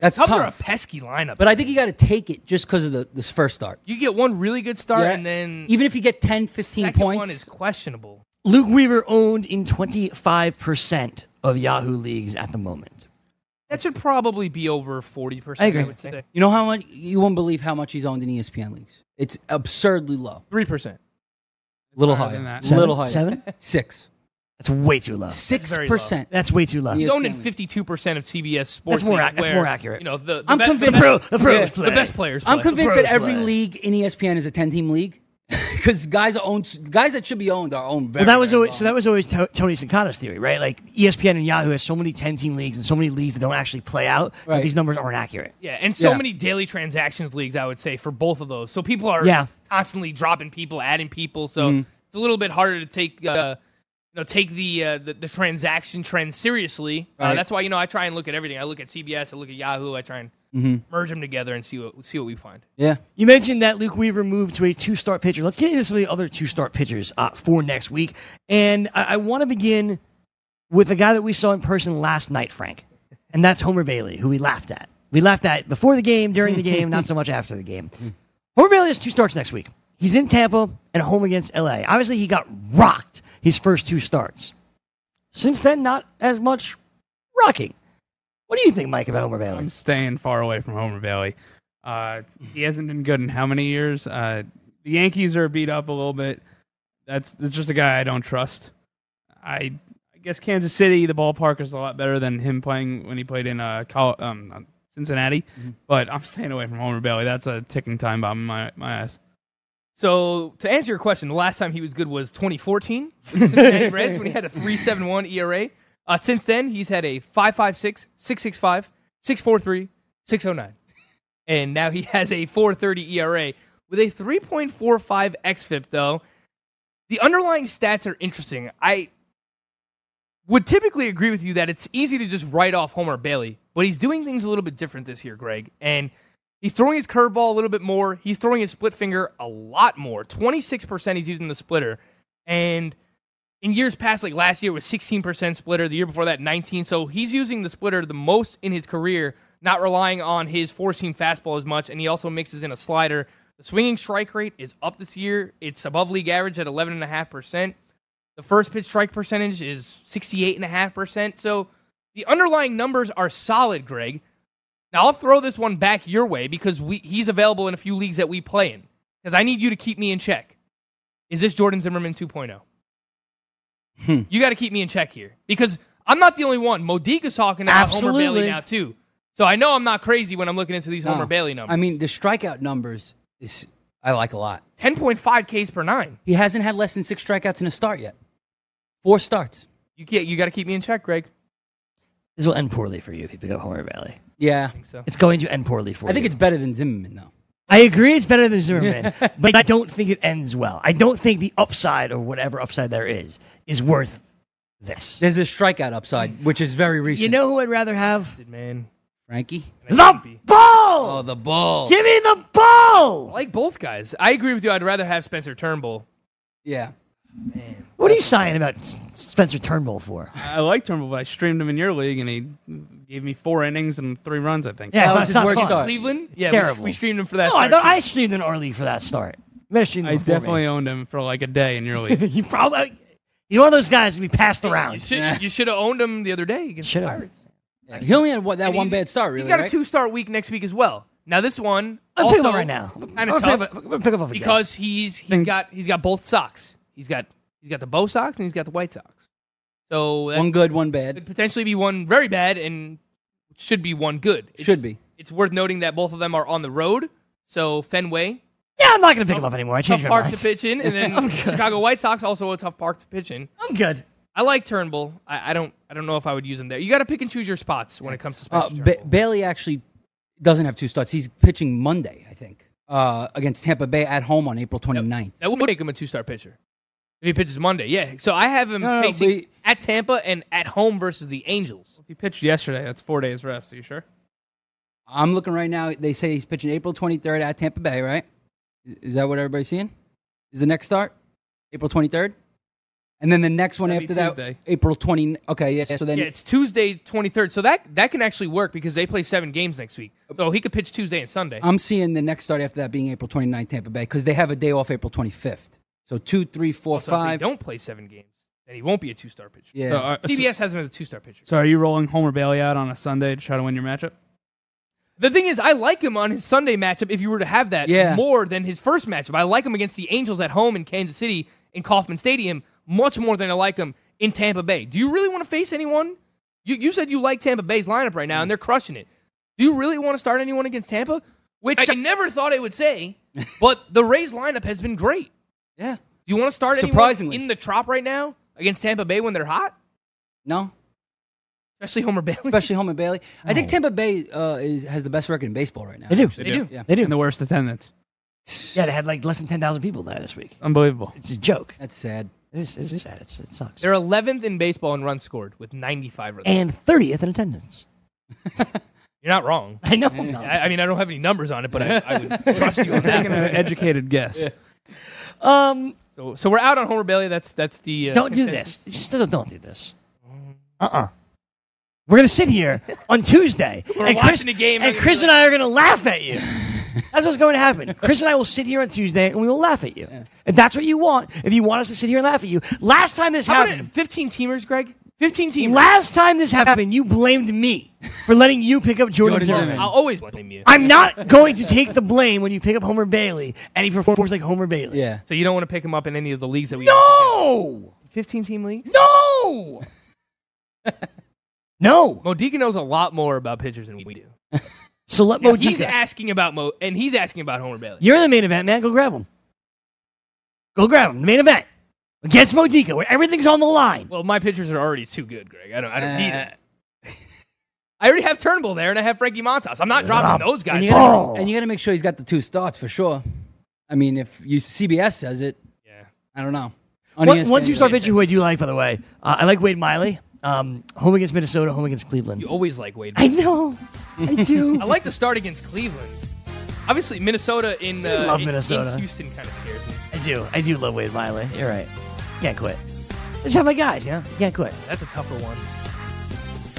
That's
Cubs are a
tough.
pesky lineup.
But I think you got to take it just because of the this first start.
you get one really good start,
Yeah.
and then
even if you get 10, 15
second
points,
one is questionable.
Luke Weaver owned in 25% of Yahoo leagues at the moment.
That should probably be over 40%.
I agree.
would say.
You know how much you won't believe how much he's owned in E ESPN leagues. It's absurdly low.
3%.
Little
higher
higher.
than that.
Little higher.
Seven?
Six.
That's way too low.
Six
very low.
percent.
That's way too low.
He's owned in 52% of CBS sports.
more
leagues
ac- that's
where,
more accurate.
You know, the, the
I'm
be- The,
convinced- The
best,
pro- the pros
the
play.
best players.
I'm
play.
convinced
pros
that every
play.
league in E ESPN is a ten-team league because guys are owned. Guys that should be owned are owned. Very,
Well, that was
very
always
low.
so. That was always to- Tony Sincata's theory, right? Like E ESPN and Yahoo has so many ten-team leagues and so many leagues that don't actually play out that
Right.
these numbers aren't accurate.
Yeah, and so
Yeah.
many daily transactions leagues, I would say, for both of those. So people are
Yeah.
constantly dropping people, adding people. So
Mm-hmm.
it's a little bit harder to take, uh, you know, take the, uh, the the transaction trend seriously. Uh,
Right.
that's why you know I try and look at everything. I look at CBS, I look at Yahoo, I try and
Mm-hmm.
merge them together and see what see what we find.
yeah.
You mentioned that Luke Weaver moved to a two-star pitcher. Let's get into some of the other two-star pitchers uh, for next week, and I, I want to begin with the guy that we saw in person last night, Frank, and that's Homer Bailey, who we laughed at. We laughed at before the game, during the game, not so much after the game. Homer Bailey has two starts next week. He's in Tampa and home against LA. Obviously, he got rocked his first two starts. Since then, not as much rocking. What do you think, Mike, about Homer Bailey?
I'm staying far away from Homer Bailey. Uh, he hasn't been good in how many years? Uh, the Yankees are beat up a little bit. That's, that's just a guy I don't trust. I I guess Kansas City, the ballpark is a lot better than him playing when he played in uh, Col- um, uh, Cincinnati. But I'm staying away from Homer Bailey. That's a ticking time bomb in my my ass.
So to answer your question, the last time he was good was 2014, Cincinnati Reds, when he had a 3.71 ERA. Uh, since then, he's had a 5.56, 6.65, 6.43, 6.09, and now he has a 4.30 ERA with a 3.45 xFIP. Though the underlying stats are interesting. I would typically agree with you that it's easy to just write off Homer Bailey, but he's doing things a little bit different this year, Greg, and. He's throwing his curveball a little bit more. He's throwing his split finger a lot more. 26% he's using the splitter. And in years past, like last year was 16% splitter, the year before that 19. So he's using the splitter the most in his career, not relying on his four seam fastball as much. And he also mixes in a slider. The swinging strike rate is up this year. It's above league average at 11.5%. The first pitch strike percentage is 68.5%. So the underlying numbers are solid, Greg. Now I'll throw this one back your way because we, he's available in a few leagues that we play in. Because I need you to keep me in check. Is this Jordan Zimmerman 2.0?
Hmm.
You got to keep me in check here because I'm not the only one. Modica's talking about Homer
Absolutely.
Bailey now too. So I know I'm not crazy when I'm looking into these Homer
No.
Bailey numbers.
Uh, I mean, the strikeout numbers is I like a lot.
10.5 Ks per nine.
He hasn't had less than six strikeouts in a start yet. Four starts.
You can't, you got to keep me in check, Greg.
This will end poorly for you if you pick up Homer Bailey.
Yeah.
So
It's going to end poorly for you.
I think it's better than Zimmerman though.
I agree it's better than Zimmerman, but I don't think it ends well. I don't think the upside or whatever upside there is is worth this.
There's a strikeout upside, which is very recent.
You know who I'd rather have?
man,
Frankie.
The ball!
the ball.
Give me the
I
ball!
like both guys. I agree with you. I'd rather have Spencer Turnbull.
Yeah.
What are you sighing about S- Spencer Turnbull for?
I like Turnbull, but I streamed him in your league, and he gave me four innings and three runs. I think.
Yeah,
That
it's
was his
not
worst
fun.
start.
Cleveland.
It's
yeah, we-
terrible.
We, streamed him for that.
No, I
start,
thought
too.
I streamed in our league for that start. You might have streamed him
I
before me.
definitely owned him for like a day in your league.
you probably. You're one of those guys to be passed
You
around.
should you should have owned him the other day against
Should've.
the Pirates.
He only had what, that
And
one
he's-
bad start, really.
He's got
right?
a two star week next week as well. Now this one
I'm
also
picking him up right now. I'm
Kind
gonna
of
pick
tough
him up- I'm gonna pick him up again.
because he's he's got he's got both socks. He's got he's got the Bo Sox and he's got the White Sox. So that
One good, one bad.
could potentially be one very bad and should be one good. It's-
Should be.
It's worth noting that both of them are on the road. So Fenway,
yeah, I'm not going to pick him up anymore. I
tough
changed my
park
mind.
to pitch in, and then Chicago White Sox also a tough park to pitch in.
I'm good.
I like Turnbull. I, I don't. I don't know if I would use him there. You got to pick and choose your spots when it comes to
Uh,
Spencer
ba-
Turnbull.
Bailey actually doesn't have two starts. He's pitching Monday, I think, uh, against Tampa Bay at home on April 29th.
that would make him a two-star pitcher if he pitches Monday. Yeah. So I have him
No, no, no,
facing
but he-
at Tampa and at home versus the Angels.
he pitched yesterday. That's four days rest. Are you sure?
I'm looking right now. They say he's pitching April 23rd at Tampa Bay, right? Is- Is that what everybody's seeing? Is the next start April 23rd? And then the next one
That'd be
after that,
Tuesday.
April 20. Okay, yeah. So then,
Yeah, it's Tuesday, twenty-third. So that that can actually work because they play seven games next week. So he could pitch Tuesday and Sunday.
I'm seeing the next start after that being April 29th, Tampa Bay, because they have a day off April 25th. So two, three, four,
Oh, so if they
five.
don't play seven games. then he won't be a two star pitcher.
Yeah. So, uh,
CBS has him as a two star pitcher.
So are you rolling Homer Bailey out on a Sunday to try to win your matchup?
The thing is, I like him on his Sunday matchup. If you were to have that,
Yeah.
more than his first matchup, I like him against the Angels at home in Kansas City in Kauffman Stadium much more than I like him in Tampa Bay. Do you really want to face anyone? You you said you like Tampa Bay's lineup right now, and they're crushing it. Do you really want to start anyone against Tampa? Which I never thought I would say, but the Rays lineup has been great.
Yeah.
Do you want to start
Surprisingly.
anyone in the trop right now against Tampa Bay when they're hot?
No.
Especially Homer Bailey.
Especially Homer Bailey. I think Tampa Bay uh, is, has the best record in baseball right now.
They do.
actually.
They do.
Yeah.
They do.
And the worst attendance.
Yeah, they had like less than ten thousand people there this week.
Unbelievable.
It's a joke.
That's sad.
It is, it is sad. It's, it sucks.
They're 11th in baseball in runs scored with 95 runs.
And thirtieth in attendance.
You're not wrong.
I know.
I, I mean, I don't have any numbers on it, but I, I would trust you on
Taking an
that.
educated guess.
Um,
So, so we're out on Homer Bailey. That's that's the uh,
don't do
consensus.
this. Just don't, don't do this. Uh uh-uh. uh. we gonna sit here on Tuesday,
We're
and
watching
Chris,
the game,
and
and-
Chris and I are gonna laugh at you. That's what's going to happen. Chris and I will sit here on Tuesday, and we will laugh at you. And that's what you want. If you want us to sit here and laugh at you, last time this
How about
happened,
it? 15 teamers, Greg? 15 teamers.
last time this happened, you blamed me for letting you pick up Jordan,
Jordan
Zimmerman.
Zimmerman.
I'll always blame you.
I'm not going to take the blame when you pick up Homer Bailey and he performs like Homer Bailey.
Yeah.
So you don't want to pick him up in any of the leagues that we
No!
15 team leagues.
No! no!
Modica knows a lot more about pitchers than we do.
So let
Now,
Mo
he's
Dika-
asking about Mo, and he's asking about Homer Bailey.
You're the main event, man. Go grab him. Go grab him. The main event. Against Modica, where everything's on the line.
Well, my pitchers are already too good, Greg. I don't. I don't need
Uh,
it. I already have Turnbull there, and I have Frankie Montas. I'm not
Um,
dropping those guys.
And you,
Ball.
gotta, and you gotta make sure he's got the two starts for sure. I mean, if you CBS says it,
Yeah.
I don't know. On E
One,
ESPN,
one two-star
yeah.
pitcher who I do like, by the way. Uh, I like Wade Miley. Um, home against Minnesota, home against Cleveland.
You always like Wade.
I know. I do.
I like the start against Cleveland. Obviously, Minnesota in uh,
love
in-
Minnesota.
In Houston kind of scares me.
I do. I do love Wade Miley. You're right. Can't quit. That's how my guys, yeah? Can't quit.
That's a tougher one.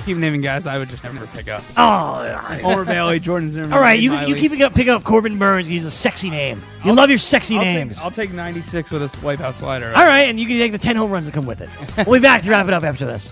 Keep naming guys I would just never pick up.
Oh,
Homer Bailey, Jordan Zimmerman.
All right,
Wade
you, you
Miley.
keep it up, pick up Corbin Burns. He's a sexy name. You love your sexy
I'll
names.
Take, I'll take 96 with a wipeout slider.
All right, and you can take the 10 home runs that come with it. We'll be back to wrap it up after this.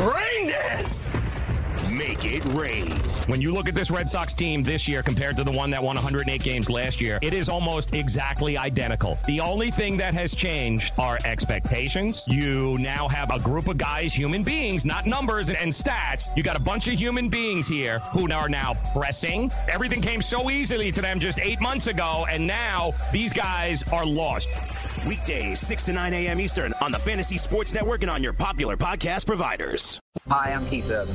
Rain dance! Make it rain.
When you look at this Red Sox team this year compared to the one that won 108 games last year, it is almost exactly identical. The only thing that has changed are expectations. You now have a group of guys, human beings, not numbers and stats. You got a bunch of human beings here who are now pressing. Everything came so easily to them just eight months ago, and now these guys are lost.
Weekdays, 6 to 9 a.m. Eastern on the Fantasy Sports Network and on your popular podcast providers.
Hi, I'm Keith Urban.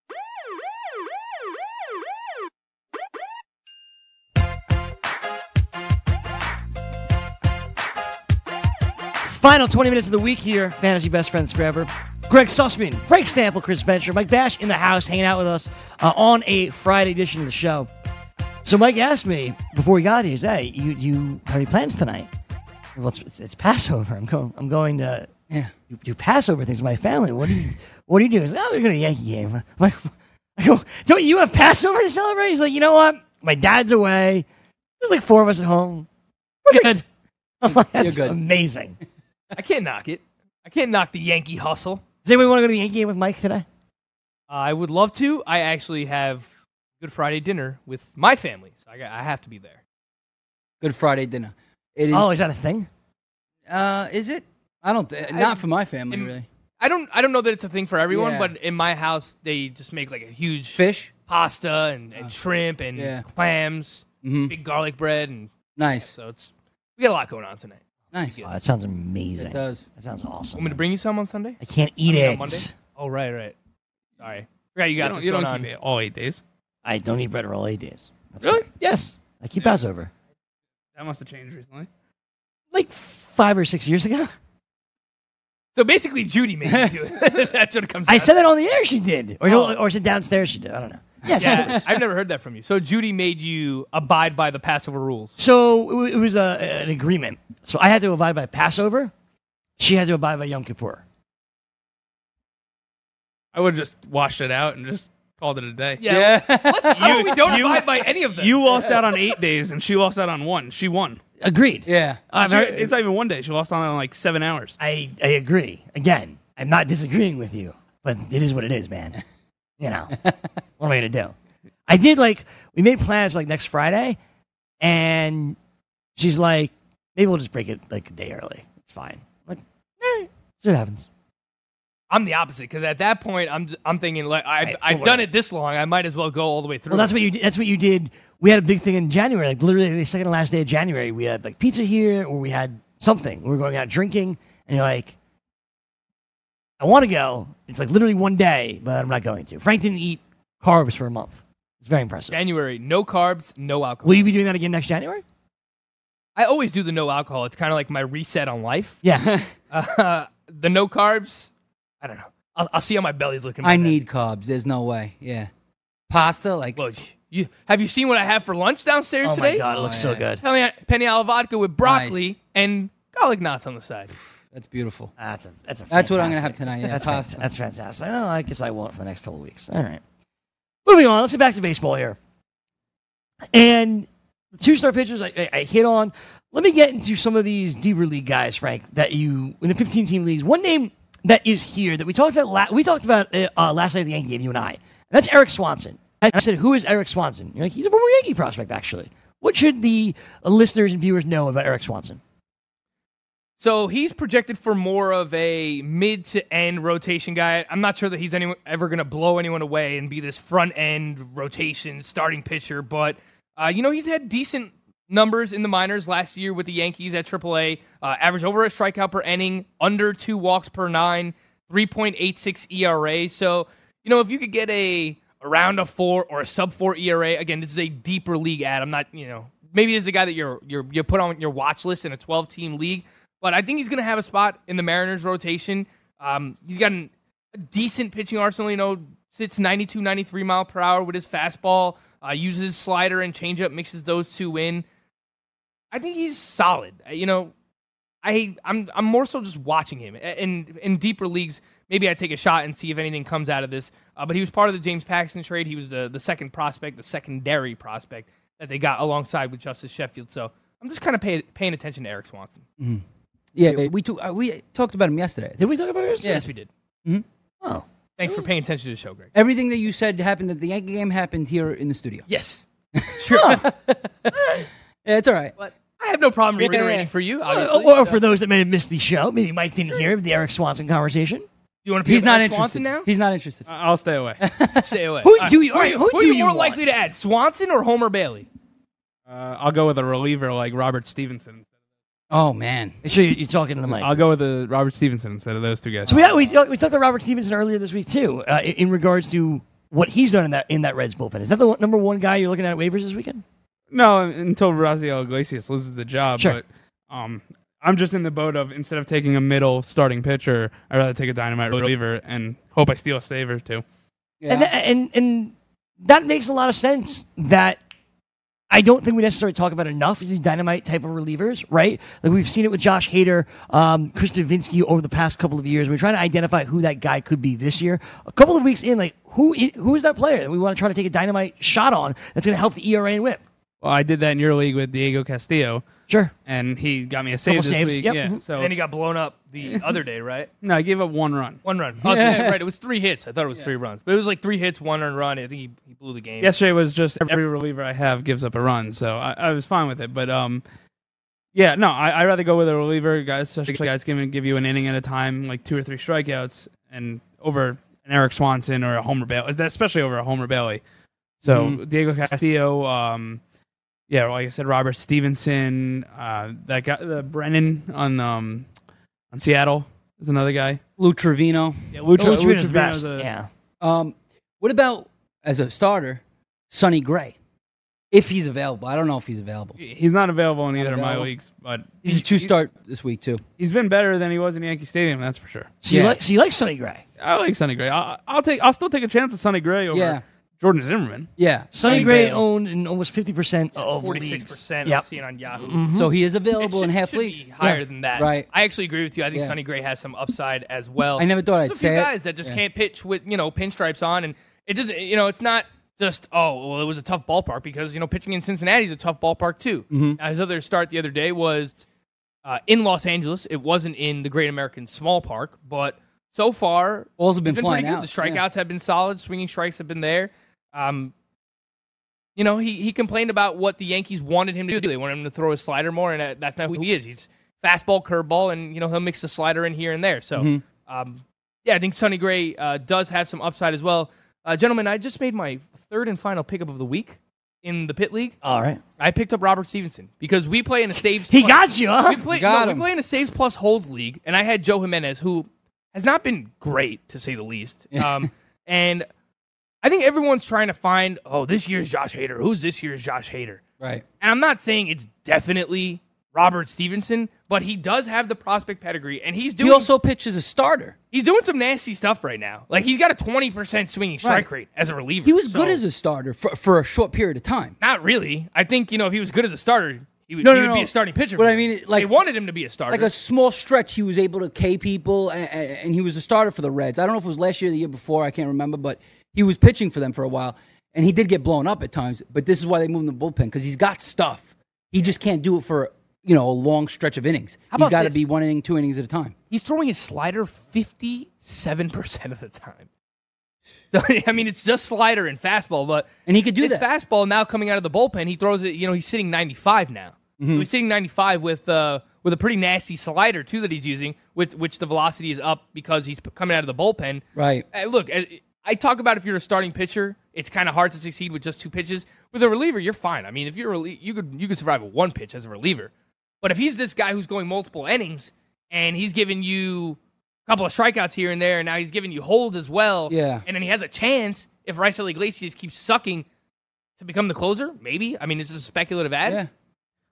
Final 20 minutes of the week here, Fantasy Best Friends Forever. Greg Sussman, Frank Stample, Chris Venture, Mike Bash in the house, hanging out with us uh, on a Friday edition of the show. So Mike asked me before he got here, he said, hey, you, you have any plans tonight? Well, it's, it's, it's Passover. I'm going. I'm going to
yeah.
do, do Passover things with my family. What do you What do you do? He's like, oh, we're going to Yankee game. I'm like, I go, don't you have Passover to celebrate? He's like, you know what? My dad's away. There's like four of us at home. We're good. I'm like, that's
good.
amazing.
I can't knock it. I can't knock the Yankee hustle. Uh,
Does anybody want to go to the Yankee game with Mike today?
I would love to. I actually have Good Friday dinner with my family, so I, got, I have to be there.
Good Friday dinner. It is,
Oh, is that a thing?
Uh, is it? I don't. Th- not for my family, really.
I don't. I don't know that it's a thing for everyone,
Yeah.
but in my house, they just make like a huge
Fish?
pasta and, and shrimp and
Yeah.
clams,
Mm-hmm.
Mhm.
big garlic bread, and
Nice.
so it's we got a lot going on tonight.
Nice.
Oh, that sounds amazing.
It does.
That sounds awesome.
Want me to bring you some on Sunday?
I can't eat
I mean, on
eggs.
Monday? Oh right, right. Sorry, forgot you
You
got
don't-
this
you
going
don't
on.
keep it all eight days.
I don't eat bread or all eight days. That's
Really?
correct. Yes. I keep Passover.
That must have changed recently.
Like five or six years ago.
So basically, Judy made you do it. That's what it comes.
I
down
said
to.
that on the air she did. Or,
Oh.
or is it downstairs she did? I don't know. Yes,
Yeah,
of course.
I've never heard that from you. So Judy made you abide by the Passover rules.
So it wa- it was a, an agreement. So I had to abide by Passover. She had to abide by Yom Kippur.
I would have just washed it out and just called it a day.
Yeah. What's, how
You-
we don't
you-
abide by any of them?
You lost out on eight days, and she lost out on one. She won.
Agreed.
Yeah.
I've
She-
heard-
it's not even one day. She lost out on like seven hours.
I, I agree. Again, I'm not disagreeing with you, but it is what it is, man. You know, what am I going to do? I did like, we made plans for like next Friday, and she's like, maybe we'll just break it like a day early. It's fine. I'm like, all right, see what happens.
I'm the opposite because at that point, I'm I'm thinking like I've
Right,
I've
well,
done it this long. I might as well go all the way through.
Well, that's
it.
what you. That's what you did. We had a big thing in January, like literally the second to last day of January. We had like pizza here, or we had something. We were going out drinking, and you're like, "I want to go." It's like literally one day, but I'm not going to. Frank didn't eat carbs for a month. It's very impressive.
January, no carbs, no alcohol.
Will you be doing that again next January?
I always do the no alcohol. It's kind of like my reset on life.
Yeah. Oh
Uh, the no carbs, I don't know. I'll, I'll see how my belly's looking. by
I
then.
need carbs. There's no way. Yeah. Pasta, like.
Well, you have you seen what I have for lunch downstairs
oh
today?
my god, it looks so
yeah.
good.
Penny, penny olive vodka with broccoli and garlic knots on the side.
That's beautiful.
That's a, that's a
That's what I'm gonna
fantastic-
have tonight, yeah,
that's
pasta.
fantastic. that's fantastic. Oh, I guess I won't for the next couple of weeks. All right. Moving on. Let's get back to baseball here. And the two star pitchers I, I, I hit on. Let me get into some of these deeper league guys, Frank. That you in the 15 team leagues. One name that is here that we talked about. La- we talked about uh, uh, last night at the Yankee game. You and I. And that's Eric Swanson. And I said, "Who is Eric Swanson?" You're like, "He's a former Yankee prospect, actually." What should the listeners and viewers know about Eric Swanson?
So he's projected for more of a mid to end rotation guy. I'm not sure that he's any, ever going to blow anyone away and be this front end rotation starting pitcher, but uh, you know he's had decent numbers in the minors last year with the Yankees at AAA. Uh, average over a strikeout per inning, under two walks per nine, 3.86 ERA. E So you know if you could get a around a four or a sub four ERA, again this is a deeper league ad. I'm not you know maybe this is a guy that you're you're you put on your watch list in a 12 team league. But I think he's going to have a spot in the Mariners rotation. Um, he's got an, a decent pitching arsenal, you know, sits 92, 93 mile per hour with his fastball, uh, uses slider and changeup, mixes those two in. I think he's solid. Uh, You know, I I'm I'm more so just watching him. A- In in deeper leagues, maybe I take a shot and see if anything comes out of this. Uh, but he was part of the James Paxton trade. He was the the second prospect, the secondary prospect that they got alongside with Justice Sheffield. So I'm just kind of pay, paying attention to Eric Swanson.
Yeah, they, we, took- uh, we talked about him yesterday.
Did we talk about Eric?
Yes, we did.
Mhm.
Oh,
Thanks for paying attention to the show, Greg.
Everything that you said happened at the Yankee game happened here in the studio.
Yes.
Yeah, it's all right.
But I have no problem
Yeah,
reiterating
yeah.
for you,
Or-
obviously.
or
So-
for those that may have missed the show, maybe Mike didn't hear the Eric Swanson conversation.
you want to
He's not
Eric
interested.
Swanson now?
He's not interested.
I- I'll stay away.
Stay away.
Who
All
do you- all right, who
are
do
you
you
more
want?
likely to add, Swanson or Homer Bailey?
Uh, I'll go with a reliever like Robert Stevenson.
Oh, man.
Make sure you- you're talking to the mic.
I'll go with a Robert Stevenson instead of those two guys.
So we, we, we talked to Robert Stevenson earlier this week too, uh, in in regards to what he's done in that in that Reds bullpen. Is that the one, number one guy you're looking at, at waivers this weekend?
No, until Raziel Iglesias loses the job.
Sure.
But um, I'm just in the boat of instead of taking a middle starting pitcher, I'd rather take a dynamite reliever and hope I steal a save or two.
Yeah.
And, tha- and and that makes a lot of sense. That I don't think we necessarily talk about enough is these dynamite type of relievers, right? Like we've seen it with Josh Hader, um, Chris Davinsky over the past couple of years. We're trying to identify who that guy could be this year. A couple of weeks in, like who is, who is that player that we want to try to take a dynamite shot on that's going to help the ERA and whip?
Well, I did that in your league with Diego Castillo.
Sure.
And he got me a save
Couple
this
saves,
week.
yep.
Yeah.
Mhm.
Mm-hmm.
So
and then he got blown up the other day, right?
no, I gave up one run.
One run. Oh, yeah, right. It was three hits. I thought it was three runs, but it was like three hits, one earned run. I think he, he blew the game.
Yesterday was just every reliever I have gives up a run, so I, I was fine with it. But um, yeah, no, I I rather go with a reliever, guys, especially guys can give you an inning at a time, like two or three strikeouts, and over an Eric Swanson or a Homer Bailey, especially over a Homer Bailey. So
Mm-hmm.
Mhm.
Diego Castillo, um, yeah, like I said, Robert Stevenson, uh, that guy, the Brennan on um on Seattle is another guy.
Lou Trevino.
Yeah, Lou, Tre- Lou Trevino's Oh, a-
Um, what about as a starter, Sonny Gray, if he's available? I don't know if he's available.
He's not available in either of my
available.
leagues, but
He's a two start this week too.
He's been better than he was in Yankee Stadium, that's for sure.
So you Yeah. like-
so you like Sonny Gray?
I like Sonny Gray. I, I'll take. I'll still take a chance at Sonny Gray over
Yeah.
Jordan Zimmerman.
Yeah,
Sonny Gray owned in almost fifty percent of
Forty six percent. I'm seeing on Yahoo. It should- should be higher than that.
Right.
I actually agree with you. I think
Yeah.
Sonny Gray has some upside as well.
I never thought
There's
I'd
a few
say it.
guys that just
Yeah.
can't pitch with you know pinstripes on, and it doesn't. You know, it's not just oh well, it was a tough ballpark because you know pitching in Cincinnati is a tough ballpark too.
Mhm.
Now, his other start the other day was uh, in Los Angeles. It wasn't in the Great American Small Park, but so far
Balls have been
it's been
flying
pretty good.
out,
The strikeouts have been solid. Swinging strikes have been there. Um, you know, he, he complained about what the Yankees wanted him to do. They wanted him to throw a slider more, and uh, that's not who he is. He's fastball, curveball, and you know he'll mix the slider in here and there. So,
Mhm.
um, yeah, I think Sonny Gray uh, does have some upside as well. Uh, gentlemen, I just made my third and final pickup of the week in the pit league.
All right.
I picked up Robert Stevenson because we play in a saves.
He got you, huh?
We play,
You got
no, we
him.
play in a saves plus holds league, and I had Joe Jimenez, who has not been great to say the least. Um, and I think everyone's trying to find, oh, this year's Josh Hader. Who's this year's Josh Hader?
Right.
And I'm not saying it's definitely Robert Stevenson, but he does have the prospect pedigree, and he's doing.
He also pitches a starter.
He's doing some nasty stuff right now. Like he's got a 20% swinging strike
Right.
rate as a reliever.
He was
So-
good as a starter for, for a short period of time.
Not really. I think you know if he was good as a starter, he would,
No,
he
no,
would be
no.
a starting pitcher.
But
for
I
them.
mean, like-
they wanted him to be a starter.
Like a small stretch, he was able to K people, and, and he was a starter for the Reds. I don't know if it was last year, or the year before, I can't remember, but he was pitching for them for a while, and he did get blown up at times. But this is why they moved him to bullpen because he's got stuff. He just can't do it for you know a long stretch of innings.
How
he's
about
got to
this?
be one inning, two innings at a time.
he's throwing his slider 57% of the time. So, I mean, it's just slider and fastball, but
and he could do
his
that.
fastball now coming out of the bullpen. He throws it. You know, he's sitting 95 now.
Mhm.
So he's sitting 95 with uh, with a pretty nasty slider too that he's using, with which the velocity is up because he's p- coming out of the bullpen.
Right.
Uh, look, I, I talk about if you're a starting pitcher, it's kind of hard to succeed with just two pitches. With a reliever, you're fine. I mean, if you're a relie- you could you could survive with one pitch as a reliever. But if he's this guy who's going multiple innings and he's giving you a couple of strikeouts here and there, and now he's giving you holds as well.
Yeah.
And then he has a chance if Rice Iglesias keeps sucking to become the closer. Maybe. I mean, it's just a speculative ad.
Yeah.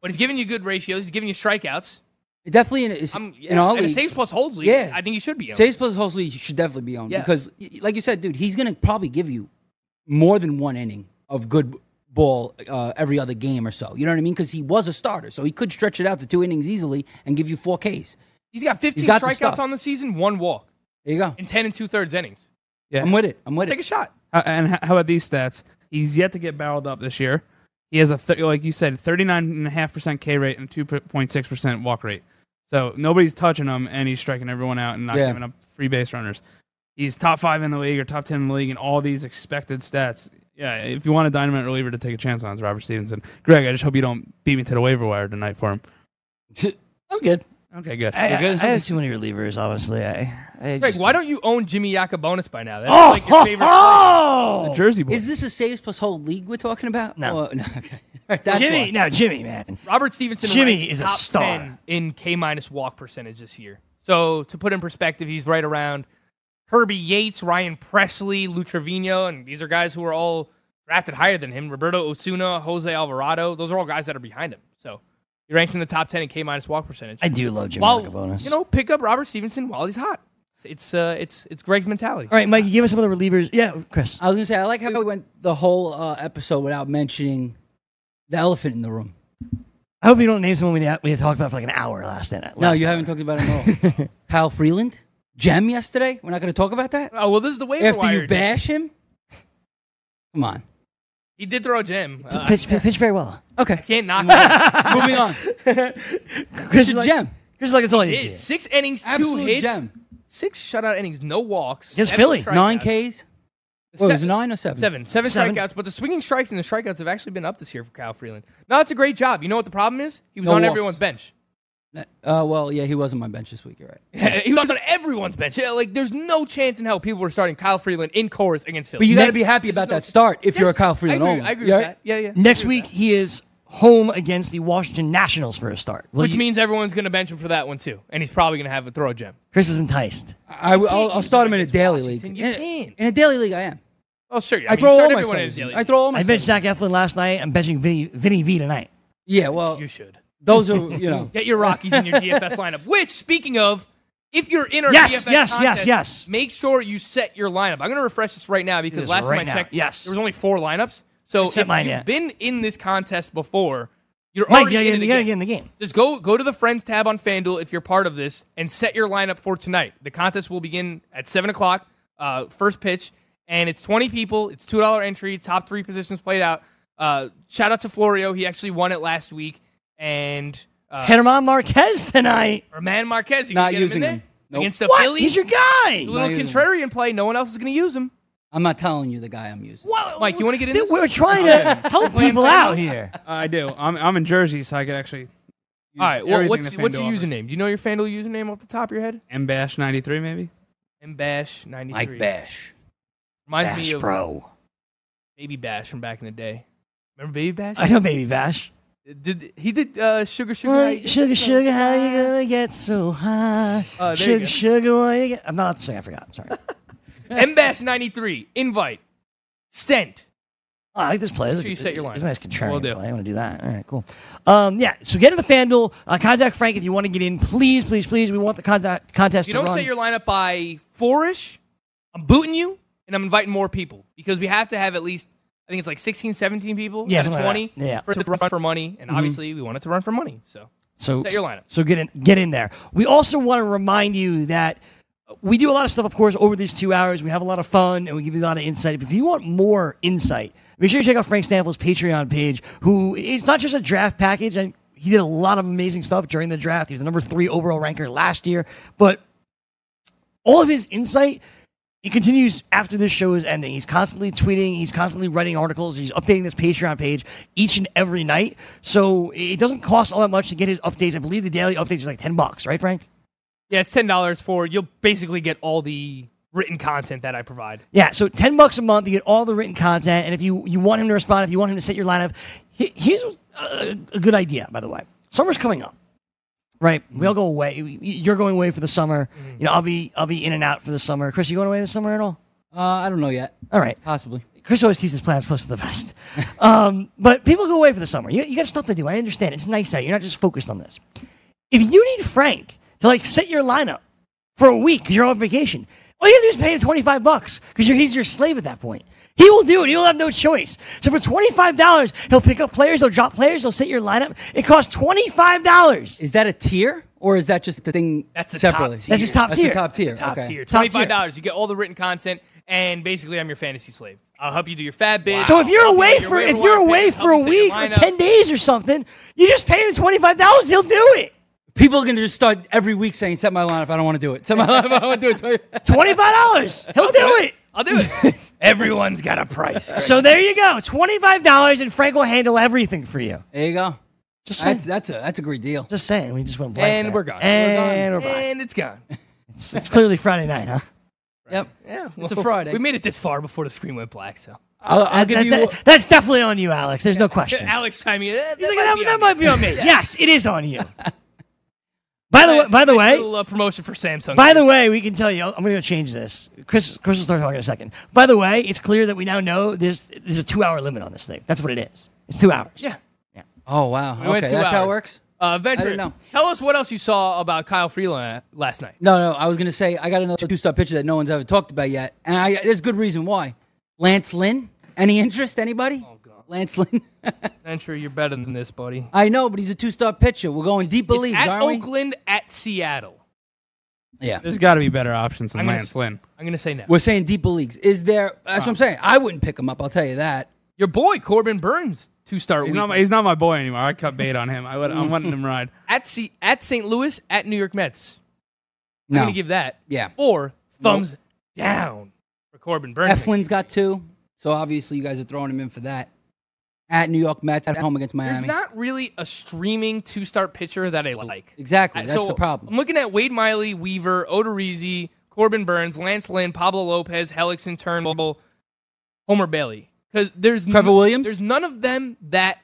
But he's giving you good ratios. He's giving you strikeouts.
Definitely in, is-
I'm,
in all
and a
leagues.
saves plus holds league.
Yeah.
I think he should be. owned.
Saves plus holds league should definitely be owned
Yeah.
because, y- like you said, dude, he's gonna probably give you more than one inning of good ball uh, every other game or so. You know what I mean? Because he was a starter, so he could stretch it out to two innings easily and give you four Ks.
He's got 15
He's got the
strikeouts
stuff.
on the season, one walk.
There you go.
In 10 and two thirds innings.
Yeah,
I'm with it. I'm with
Take
it.
a shot.
Uh, and h- how about these stats? He's yet to get barreled up this year. He has a th- like you said, thirty nine and a half percent K rate and two point six percent walk rate. So nobody's touching him, and he's striking everyone out and not
Yeah.
giving up free base runners. He's top five in the league or top ten in the league in all these expected stats. Yeah, if you want a dynamite reliever to take a chance on, it's Robert Stevenson. Greg, I just hope you don't beat me to the waiver wire tonight for him.
I'm good.
Okay, good.
I,
You're
I, I
good?
have too many relievers, honestly. I, I
Greg,
just,
why don't you own Jimmy Yacobonis by now? That's
Oh,
like your favorite.
oh,
The Jersey boy.
Is this a saves plus hold league we're talking about?
No.
Or- no okay. All right, that's
Jimmy,
why.
no, Jimmy, man.
Robert Stevenson
Jimmy
ranks
is a
top
star.
10 in K minus walk percentage this year. So to put in perspective, he's right around Kirby Yates, Ryan Presley, Lou Trevino, and these are guys who are all drafted higher than him. Roberto Osuna, Jose Alvarado, those are all guys that are behind him. So he ranks in the top ten in K minus walk percentage.
I do love Jimmy
While-
Yacobonis.
You know, pick up Robert Stevenson while he's hot. It's uh, it's it's Greg's mentality.
All right, Mikey, give us some of the relievers. Yeah, Chris.
I was gonna say I like how we went the whole uh, episode without mentioning The elephant in the room.
I hope you don't name someone we had, we had talked about for like an hour last night.
No, you haven't talked about it at all. Kyle Freeland, gem yesterday. We're not going to talk about that.
Oh well, this is the waiver
After
wire
you
edition.
bash him, come on.
He did throw a gem. Uh,
pitch, pitch, pitch very well.
Okay, I
can't knock him.
Moving on.
Chris
It's
is
a
like,
gem.
Chris is like, it's all
He
you
did.
did.
Six innings, two
Absolute
hits,
gem.
six shutout innings, no walks.
Against
seven
Philly.
strikeouts.
Nine Ks. Wait, was it nine or seven?
Seven. Seven
Seven.
strikeouts, but the swinging strikes and the strikeouts have actually been up this year for Kyle Freeland. No, it's a great job. You know what the problem is? He was
No
on
walks.
everyone's bench.
Uh, well, yeah, he was on my bench this week. You're right.
he was on everyone's bench. Yeah, Like, there's no chance in hell people were starting Kyle Freeland in chorus against Philly.
But you got to
Next-
be happy about that start if you're a Kyle Freeland
I agree,
owner.
I agree
You're
with
right?
that. Yeah, yeah.
Next week he is home against the Washington Nationals for a start. Will
Which
you-
means everyone's going to bench him for that one, too. And he's probably going to have a throw gem.
Chris is enticed.
I, will I'll start him in a daily league.
Washington, you
in,
can.
in a daily league, I am.
Oh, sure.
I
mean, start
throw all my
everyone in
starters
the
in.
daily
I throw all my.
I benched Zach Eflin last night. I'm benching Vinny, Vinny V tonight.
Yeah, well,
You should.
those are you know.
Get your Rockies in your DFS lineup. Which, speaking of, if you're in our
Yes,
DFS
yes, yes,
contest,
yes.
make sure you set your lineup. I'm going to refresh this right now because
this
last
right
time I
now.
checked,
Yes.
there was only four lineups. So
set
if
mine
you've
yet.
been in this contest before, you're
Mike,
already
yeah,
in
yeah,
it
yeah,
again.
yeah, in the game.
Just go go to the friends tab on FanDuel if you're part of this and set your lineup for tonight. The contest will begin at seven o'clock, uh, first pitch, and it's twenty people. It's two dollar entry. Top three positions played out. Uh, shout out to Florio. He actually won it last week, and uh,
Herman Marquez tonight.
Herman Marquez. You
Not
can get
using
him, in
him.
there
Nope.
against the
What?
Phillies.
He's your
It's
guy.
a little
Not using
contrarian play. No one else is going to use him.
I'm not telling you the guy I'm using.
What?
Mike, you want to get in?
Dude,
This?
We're trying to help people out here.
Uh, I do. I'm, I'm in Jersey, so I could actually. use
All right. Well,
everything
what's
that
what's
FanDuel
your
offers.
username? Do you know your FanDuel username off the top of your head?
Mbash ninety three maybe.
Mbash ninety three.
Mike Bash.
Reminds me
Bash,
of
bro.
Baby Bash from back in the day. Remember Baby Bash?
I know, baby Bash.
Did he did uh, Sugar Sugar? How
Like,
You Get
sugar,
So
sugar, how
High.
you gonna get so high?
Oh, there you
sugar,
go.
sugar, why you get? I'm not saying. I forgot. Sorry. Oh,
M Bash ninety three invite sent.
Oh, I like this play. This
Sure you
is-
set your line.
It's a nice contrarian
Will do.
play. I want to do that. All right, cool. Um, yeah, so get in the FanDuel. Uh, contact Frank if you want to get in. Please, please, please. We want the contact, contest
If you
to
don't
run.
set your lineup by four-ish, I'm booting you and I'm inviting more people because we have to have at least I think it's like 16, 17 people.
Yeah,
out of
something like
twenty.
that. Yeah. Mm-hmm.
for it to run for money, and obviously we want it to run for money. So
so
set your lineup.
So get in, get in there. We also want to remind you that we do a lot of stuff, of course, over these two hours. We have a lot of fun and we give you a lot of insight. If you want more insight, make sure you check out Frank Stanfield's Patreon page. Who it's not just a draft package, and he did a lot of amazing stuff during the draft. He was the number three overall ranker last year, but all of his insight it continues after this show is ending. He's constantly tweeting, he's constantly writing articles, he's updating this Patreon page each and every night. So it doesn't cost all that much to get his updates. I believe the daily updates is like ten bucks, right, Frank?
Yeah, it's ten dollars for you'll basically get all the written content that I provide.
Yeah, so ten bucks a month, you get all the written content, and if you you want him to respond, if you want him to set your lineup, he- here's a, a good idea. By the way, summer's coming up, right? We all go away. You're going away for the summer. You know, I'll be I'll be in and out for the summer. Chris, you going away this summer at all?
Uh, I don't know yet.
All right.
Possibly.
Chris always keeps his plans close to the vest. Um, but people go away for the summer. You, you got stuff to do. I understand. It's nice out. You're not just focused on this. If you need Frank to like set your lineup for a week because you're on vacation, all you have to do is pay him 25 bucks because he's your slave at that point. He will do it. He will have no choice. So for $25, he'll pick up players, he'll drop players, he'll set your lineup. It costs $25.
Is that a tier or is that just a thing
That's a top
separately?
tier.
That's his top
That's
tier.
a top tier.
Top
okay.
tier,
Top
twenty
tier.
five dollars. You get all the written content, and basically, I'm your fantasy slave. I'll help you do your fab bid.
So if you're
I'll help you
away
with your
for
waiver
if you're
wire
away
picks, help
for a
you set your
week or
lineup.
10 days or something, you just pay him $25 and he'll do it.
People are going to just start every week saying, set my lineup. I don't want to do it. Set my lineup. I don't want to do it.
$25. He'll do it.
I'll do it. Everyone's got a price.
So there you go. $25 and Frank will handle everything for you.
There you go.
Just saying.
That's, that's, a, that's a great deal.
just saying. We just went blank.
and
there.
we're gone.
And we're
we're gone.
back.
And it's gone.
It's, it's clearly Friday night, huh?
Yep.
Yeah,
It's a
well,
Friday.
We made it this far before the screen went black. So
I'll, I'll
That-
give you.
that- that's definitely on you, Alex. There's no question.
Alex chiming in. "Eh,
He's
that
like,
might
that,
be
that
on
might
me."
be on me. Yes, it is on you. By the way, by the
Nice
way,
little, uh, promotion for Samsung.
by the way, we can tell you. I'm going to change this. Chris, Chris will start talking in a second. By the way, it's clear that we now know there's there's a two hour limit on this thing. That's what it is. It's two hours.
yeah,
Oh, wow.
we
okay.
went two
that's how it
hours.
works.
Uh, Venture,
I didn't know.
tell us what else you saw about Kyle Freeland last night.
No, no. I was going to say, I got another two star pitcher that no
Oh,
one's ever talked about yet. And I, there's good reason why. Lance Lynn. Any interest? Anybody? Lance Lynn.
Venture, you're better than this, buddy.
I know, but he's a two-star pitcher. We're going deep
It's
leagues,
at
aren't we?
Oakland, at Seattle.
Yeah.
There's got to be better options than
I'm gonna
Lance
s-
Lynn.
I'm gonna say no.
We're saying deeper leagues. Is there? That's what I'm saying. I wouldn't pick him up. I'll tell you that.
Your boy Corbin Burns, two star.
He's not, my, he's not my boy anymore. I cut bait on him. I let, I'm letting him ride.
At C- at St. Louis, at New York Mets. I'm
No.
gonna give that
Yeah.
four thumbs down for Corbin Burns.
Eflin's got two, so obviously you guys are throwing him in for that. At New York Mets, at home against Miami.
There's not really a streaming two star pitcher that I like.
exactly.
I-
That's
so
the problem.
I'm looking at Wade Miley, Weaver, Odorizzi, Corbin Burns, Lance Lynn, Pablo Lopez, Hellickson, Turnbull, Homer Bailey. Because there's
Trevor Williams?
There's none of them that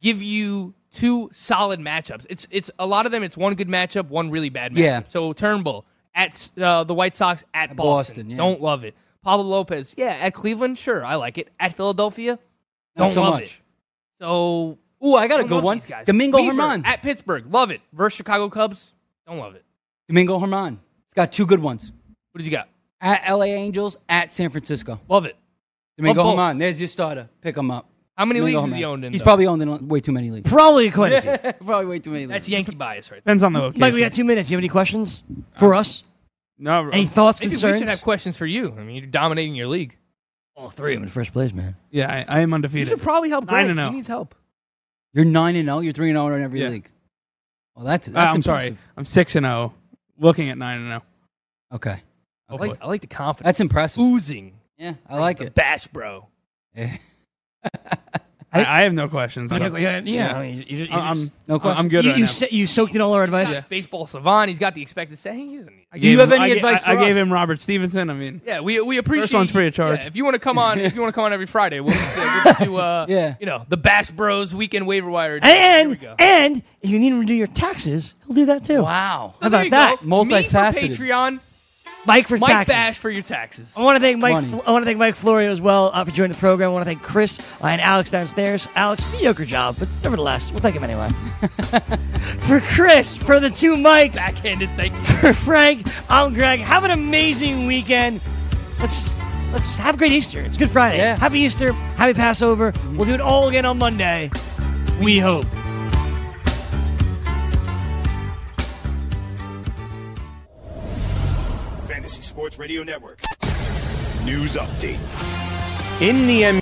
give you two solid matchups. It's it's a lot of them. It's one good matchup, one really bad matchup.
Yeah.
So Turnbull at uh, the White Sox at, Boston.
Boston, yeah.
Don't love it. Pablo Lopez, yeah, at Cleveland, sure, I like it. At Philadelphia,
Not
don't
so
love
much.
it. So
Ooh, I got a
don't
good
love
one.
these guys.
Domingo
Weaver
Herman.
at Pittsburgh, love it. Versus Chicago Cubs, don't love it.
Domingo Herman. He's got two good ones.
What does he got?
At LA Angels, at San Francisco.
Love it.
Domingo
Love both.
Herman. There's your starter. Pick him up.
How many
Domingo
leagues is he
Herman.
owned in,
He's
though?
probably owned in way too many leagues.
Probably quite a few.
probably way too many leagues.
That's Yankee bias, right?
Depends on the
Mike, we
location.
got two minutes. You have any questions for us?
No,
Any thoughts,
Uh, Maybe we
concerns?
should have questions for you. I mean, you're dominating your league.
All three of them in first place, man.
yeah, I, I am
You
undefeated.
should probably help
Nine
Greg.
and oh.
He needs help.
You're 9 and 0. You're 3 and 0 in every
Yeah.
league. Well, that's,
Uh,
that's
I'm sorry.
impressive.
I'm six and zero, looking at nine and oh. zero.
Okay.
I like, I like the confidence.
That's impressive.
Oozing.
Yeah, I like
The
it.
bash, bro.
Yeah.
I, I have no questions. I
Yeah,
don't-
yeah, I mean, you, you
I'm,
just-
No
I'm,
question.
I'm good
you,
right
you
now.
sa- you soaked in all our
He's
advice.
got baseball savant. He's got the expected set. He doesn't need
I
Do
gave
you have
him-
any
I ga-
advice
I, I
for
gave
us?
him Robert Stevenson. I mean,
Yeah, we we appreciate.
one's free of charge.
Yeah, if you want to come on, if you want to come on every Friday, we'll just, uh, we'll just do uh,
Yeah.
you know, the Bash Bros weekend waiver wire. Here we
And
go.
and if you need him to do your taxes, he'll do that too. How
Wow.
So there
about
you
that?
go. Me for
Multifaceted.
Patreon,
Mike for
Mike
taxes. Oh.
Bash for your taxes.
I want to thank Mike.
Money.
Fl- I want to thank Mike Florio as well uh, for joining the program. I want to thank Chris uh, and Alex downstairs. Alex, mediocre job, but nevertheless, we'll thank him anyway. for Chris, for the two mics,
Backhanded thank you.
for Frank, I'm Greg. Have an amazing weekend. Let's let's have a great Easter. It's Good Friday.
Yeah.
Happy Easter. Happy Passover. We'll do it all again on Monday. We hope.
Fantasy Sports Radio Network. News update.
In the